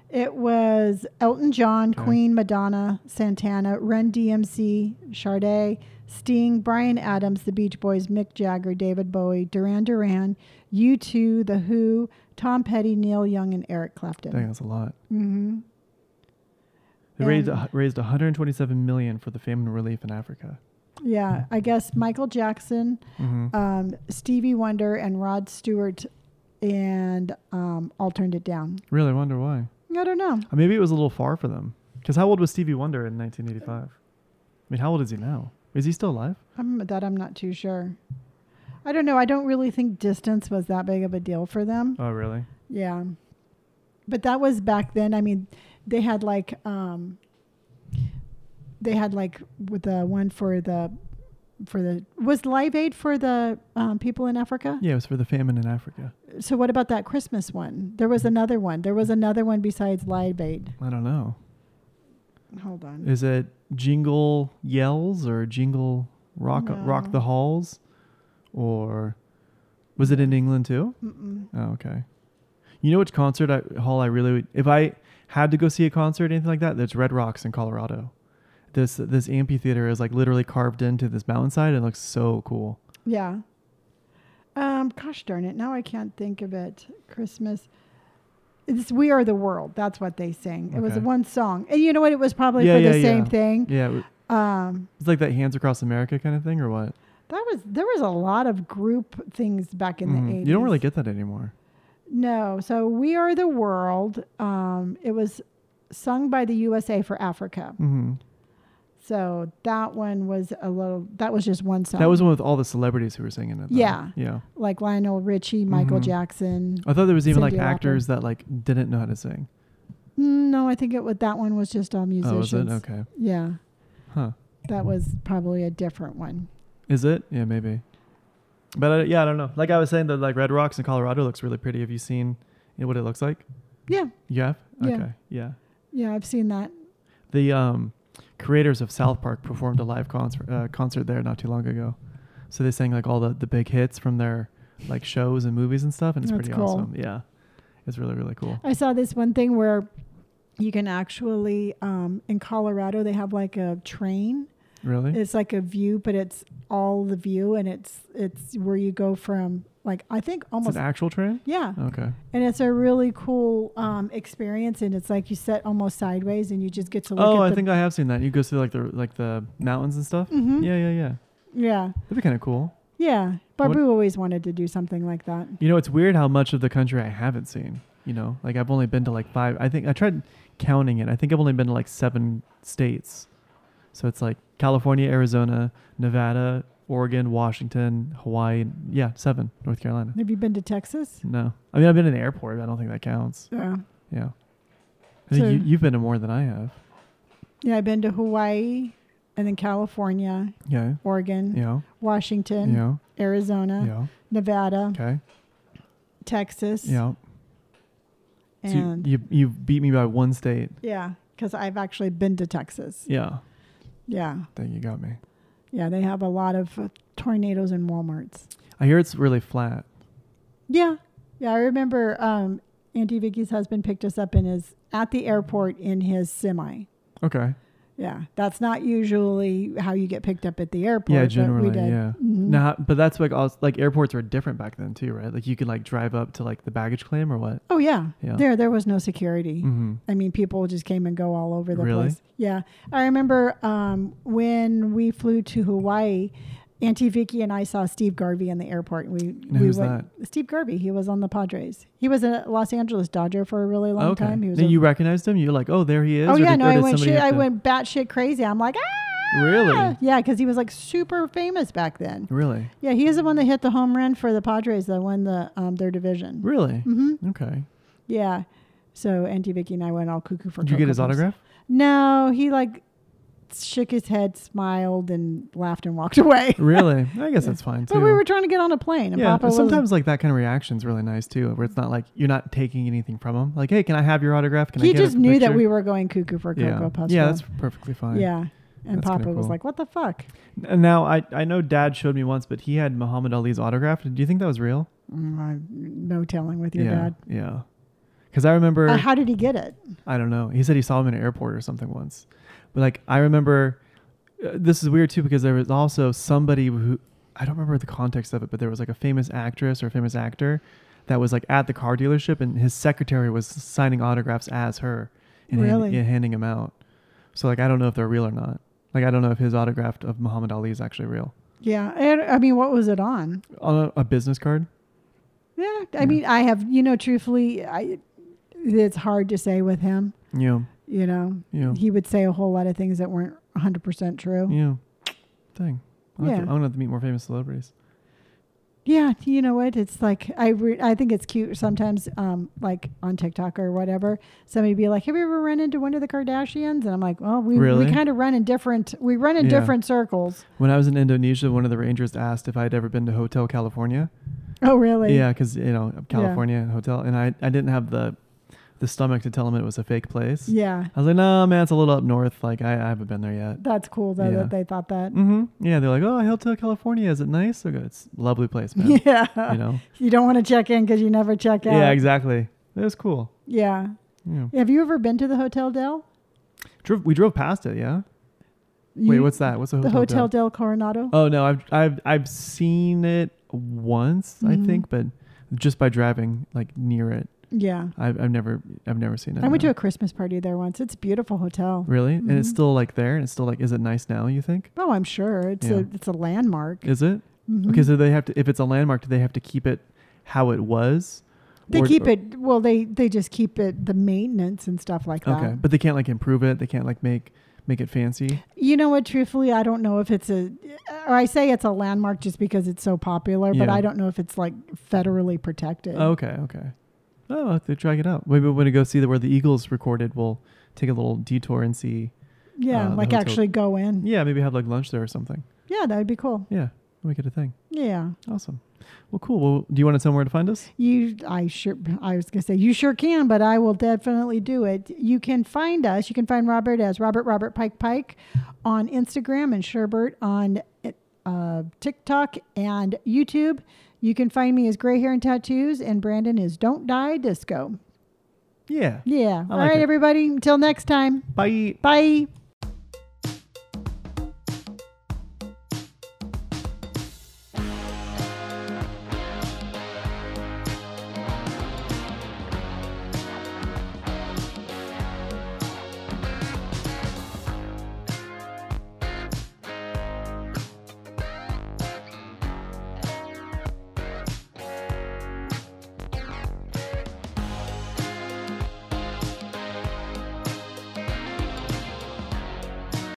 S3: It was Elton John,
S1: Okay.
S3: Queen, Madonna, Santana, Run DMC, Sade, Sting, Brian Adams, The Beach Boys, Mick Jagger, David Bowie, Duran Duran, U2, The Who, Tom Petty, Neil Young, and Eric Clapton.
S1: Dang, that's a lot.
S3: hmm
S1: They raised
S3: And-
S1: raised 127 million for the famine relief in Africa.
S3: Yeah, I guess Michael Jackson,
S1: Mhm.
S3: um, Stevie Wonder, and Rod Stewart, and um, all turned it down.
S1: Really wonder why.
S3: I don't know.
S1: Uh, Maybe it was a little far for them. Because how old was Stevie Wonder in 1985? I mean, how old is he now? Is he still alive?
S3: I'm that I'm not too sure. I don't know. I don't really think distance was that big of a deal for them.
S1: Oh, really?
S3: Yeah. But that was back then. I mean, they had like um they had like with the one for the for the was Live Aid for the um, people in Africa?
S1: Yeah, it was for the famine in Africa.
S3: So what about that Christmas one? There was another one. There was another one besides Live Aid.
S1: I don't know.
S3: Hold on.
S1: Is it Jingle Yells or Jingle Rock Rock
S3: No.
S1: the Halls? Or was it in England too?
S3: Mm-mm.
S1: Oh, okay. You know which concert I, hall I really would, if I had to go see a concert anything like that? That's Red Rocks in Colorado. This this amphitheater is like literally carved into this mountainside. It looks so cool.
S3: Yeah. Um, gosh darn it. Now I can't think of it. Christmas. It's We Are the World. That's what they sang. It was
S1: Okay.
S3: one song. And you know what? It was probably
S1: Yeah,
S3: for the
S1: yeah,
S3: same
S1: yeah.
S3: thing.
S1: Yeah, it w-
S3: Um,
S1: it's like that Hands Across America kind of thing, or what?
S3: that was there was a lot of group things back in the
S1: Mhm.
S3: 80s.
S1: You don't really get that anymore.
S3: No. So We Are the World. Um, it was sung by the USA for Africa.
S1: hmm
S3: So that one was a little that was just one song.
S1: That was the one with all the celebrities who were singing it. though.
S3: Yeah.
S1: yeah.
S3: like Lionel Richie, Michael
S1: Mhm.
S3: Jackson.
S1: I thought there was even
S3: Cyndi
S1: like
S3: Lauper.
S1: actors that like didn't know how to sing.
S3: Mm, No, I think it was that one was just all
S1: Oh, is
S3: musicians.
S1: it okay?
S3: Yeah,
S1: Huh?
S3: that was probably a different one.
S1: Is it? Yeah, maybe. But uh, yeah, I don't know. Like I was saying, the like Red Rocks in Colorado looks really pretty. Have you seen you know, what it looks like?
S3: Yeah,
S1: You have?
S3: Yeah.
S1: Okay. Yeah.
S3: yeah, I've seen that.
S1: The um, creators of South Park performed a live concert uh, concert there not too long ago. So they sang like all the, the big hits from their like shows and movies and stuff, and it's
S3: That's
S1: pretty
S3: cool.
S1: awesome. Yeah, it's really really cool.
S3: I saw this one thing where you can actually um, in Colorado they have like a train.
S1: Really?
S3: It's like a view, but it's all the view, and it's it's where you go from like I think
S1: It's
S3: almost
S1: an Oh. actual train.
S3: yeah,
S1: Okay.
S3: and it's a really cool um, experience, and it's like you sit almost sideways, and you just get to look.
S1: Oh,
S3: at
S1: I
S3: the,
S1: think I have seen that. You go through like the like the mountains and stuff.
S3: Mhm.
S1: Yeah, yeah, yeah.
S3: yeah,
S1: That'd be kind of cool.
S3: yeah.
S1: What-
S3: Barbu always wanted to do something like that.
S1: You know, it's weird how much of the country I haven't seen. You know, like I've only been to like five. I think I tried counting it. I think I've only been to like seven states. So it's like California, Arizona, Nevada, Oregon, Washington, Hawaii. and- Yeah, seven. North Carolina.
S3: Have you been to Texas?
S1: No, I mean I've been in the airport. But I don't think that counts.
S3: Yeah.
S1: Yeah. I think
S3: So-
S1: you, you've been to more than I have.
S3: Yeah, I've been to Hawaii and then California,
S1: Yeah.
S3: Oregon,
S1: Yeah.
S3: Washington,
S1: Yeah.
S3: Arizona,
S1: Yeah.
S3: Nevada,
S1: Okay.
S3: Texas.
S1: Yeah. So you,
S3: And
S1: you you beat me by one state.
S3: yeah, because I've actually been to Texas.
S1: Yeah.
S3: Yeah.
S1: Dang, you got me.
S3: Yeah. They have a lot of uh, tornadoes and Walmarts.
S1: I hear it's really flat.
S3: Yeah. Yeah. I remember um, Auntie Vicky's husband picked us up in his, at the airport in his semi.
S1: Okay.
S3: Yeah. That's not usually how you get picked up at the airport.
S1: Yeah,
S3: but
S1: generally,
S3: we did.
S1: yeah.
S3: Mhm.
S1: Nah, but that's like also, like airports were different back then too, right? Like you could like drive up to like the baggage claim or what?
S3: Oh, yeah.
S1: Yeah.
S3: There, there was no security.
S1: Mm-hmm.
S3: I mean, people just came and go all over the
S1: Really?
S3: place. Yeah. I remember um, when we flew to Hawaii, Auntie Vicky and I saw Steve Garvey in the airport. And we, we
S1: who's
S3: Steve Garvey. He was on the Padres. He was a Los Angeles Dodger for a really long
S1: okay.
S3: time. He was
S1: then
S3: a-
S1: you recognized him. You're like, oh, there he is.
S3: oh,
S1: or
S3: yeah.
S1: did-
S3: no,
S1: or
S3: I
S1: did
S3: went,
S1: somebody
S3: shit,
S1: have
S3: I
S1: to-
S3: went batshit crazy. I'm like, ah.
S1: Really?
S3: Yeah, because he was like super famous back then.
S1: Really?
S3: Yeah, he is the one that hit the home run for the Padres that won the um, their division.
S1: Really? Mm-hmm. Okay.
S3: Yeah. So Auntie Vicky and I went all cuckoo for.
S1: Did you get
S3: Cocoa
S1: his
S3: Puffs.
S1: autograph?
S3: No, he like shook his head, smiled, and laughed and walked *laughs* away.
S1: *laughs* Really? I guess that's fine too.
S3: But we were trying to get on a plane, and
S1: yeah,
S3: Papa was
S1: sometimes like that kind of reaction's really nice too, where it's not like you're not taking anything from him. Like, hey, can I have your autograph? Can I
S3: he
S1: get a
S3: just knew that
S1: picture?"
S3: we were going cuckoo for
S1: yeah.
S3: cocoa puffs.
S1: Yeah,
S3: for
S1: that's
S3: him.
S1: perfectly fine.
S3: yeah. And
S1: That's
S3: Papa
S1: kinda
S3: was
S1: cool.
S3: like, "What the fuck?"
S1: And now I I know Dad showed me once, but he had Muhammad Ali's autograph. Do you think that was real?
S3: Mm, I- no telling with your
S1: yeah.
S3: dad.
S1: Yeah. Because I remember,
S3: *laughs* Uh, how did he get it?
S1: I don't know. He said he saw him in an airport or something once, but like I remember, uh, this is weird too because there was also somebody who I don't remember the context of it, but there was like a famous actress or a famous actor that was like at the car dealership, and his secretary was signing autographs as her and hand-
S3: Really?
S1: yeah, handing them out. So like I don't know if they're real or not. Like I don't know if his autograph of Muhammad Ali is actually real
S3: Yeah, and, I mean, what was it on?
S1: on a, a business card.
S3: Yeah, I mean, I have you know, truthfully, I it's hard to say with him.
S1: Yeah.
S3: You know,
S1: Yeah.
S3: he would say a whole lot of things that weren't 100 percent true.
S1: Yeah. Dang. I'm, gonna have to-
S3: Yeah.
S1: I'm gonna have to meet more famous celebrities.
S3: Yeah, you know what? It's like I re- I think it's cute sometimes, um, like on TikTok or whatever. Somebody be like, "Have you ever run into one of the Kardashians?" And I'm like, "Well, we
S1: Really?
S3: we kind of run in different we run in
S1: Yeah.
S3: different circles."
S1: When I was in Indonesia, one of the rangers asked if I'd ever been to Hotel California.
S3: Oh, really?
S1: Yeah, because you know California hotel, and I, I didn't have the the stomach to tell him it was a fake place.
S3: Yeah,
S1: I was like, no, man, it's a little up north. Like I, I haven't been there yet.
S3: that's cool though
S1: Yeah.
S3: that they thought that.
S1: hmm Yeah, they're like, oh, Hotel California, is it nice? I go, it's a lovely place, man.
S3: *laughs* Yeah,
S1: Mm, You know.
S3: you don't want to check in because you never check out.
S1: Yeah. exactly. It was cool.
S3: Yeah.
S1: Yeah.
S3: Have you ever been to the Hotel Del?
S1: Drove, we drove past it. Yeah. Wait,
S3: You-
S1: what's that? What's the
S3: the
S1: hotel?
S3: Hotel
S1: Del?
S3: Del Coronado?
S1: Oh no, I've I've I've seen it once, I
S3: Mhm.
S1: think, but just by driving like near it,
S3: yeah.
S1: I've I've never I've never seen it.
S3: I went
S1: no.
S3: to a Christmas party there once. It's a beautiful hotel.
S1: Really? And it's
S3: Mhm.
S1: still like there and it's still like is it nice now, you think?
S3: Oh, I'm sure it's
S1: Yeah.
S3: a it's a landmark.
S1: Is it?
S3: Mhm.
S1: Okay, so they have to if it's a landmark, do they have to keep it how it was?
S3: they
S1: Or-
S3: keep
S1: or-
S3: it well. They they just keep it the maintenance and stuff like that.
S1: Okay. But they can't like improve it. They can't like make make it fancy.
S3: You know what? Truthfully, I don't know if it's a. Or I say it's a landmark just because it's so popular, but
S1: Yeah. Oh,
S3: I don't know if it's like federally protected.
S1: Okay, okay. Oh, I'll have to check it out. Maybe when we go see the where the Eagles recorded, we'll take a little detour and see.
S3: yeah,
S1: uh, the
S3: like
S1: hotel-
S3: actually go in.
S1: Yeah, maybe have like lunch there or something.
S3: Yeah, that would be cool.
S1: Yeah, make it a thing.
S3: Yeah,
S1: Awesome. Well, cool. Well, do you want to tell 'em where to find us?
S3: you. I sure. I was gonna say you sure can, but I will definitely do it. You can find us. You can find Robert as Robert Robert Pike Pike on Instagram and Sherbert on uh, TikTok and YouTube. You can find me as Gray Hair and Tattoos, and Brandon is Don't Die Disco.
S1: Yeah.
S3: Yeah. All
S1: like
S3: right,
S1: it.
S3: everybody. Until next time.
S1: Bye.
S3: Bye.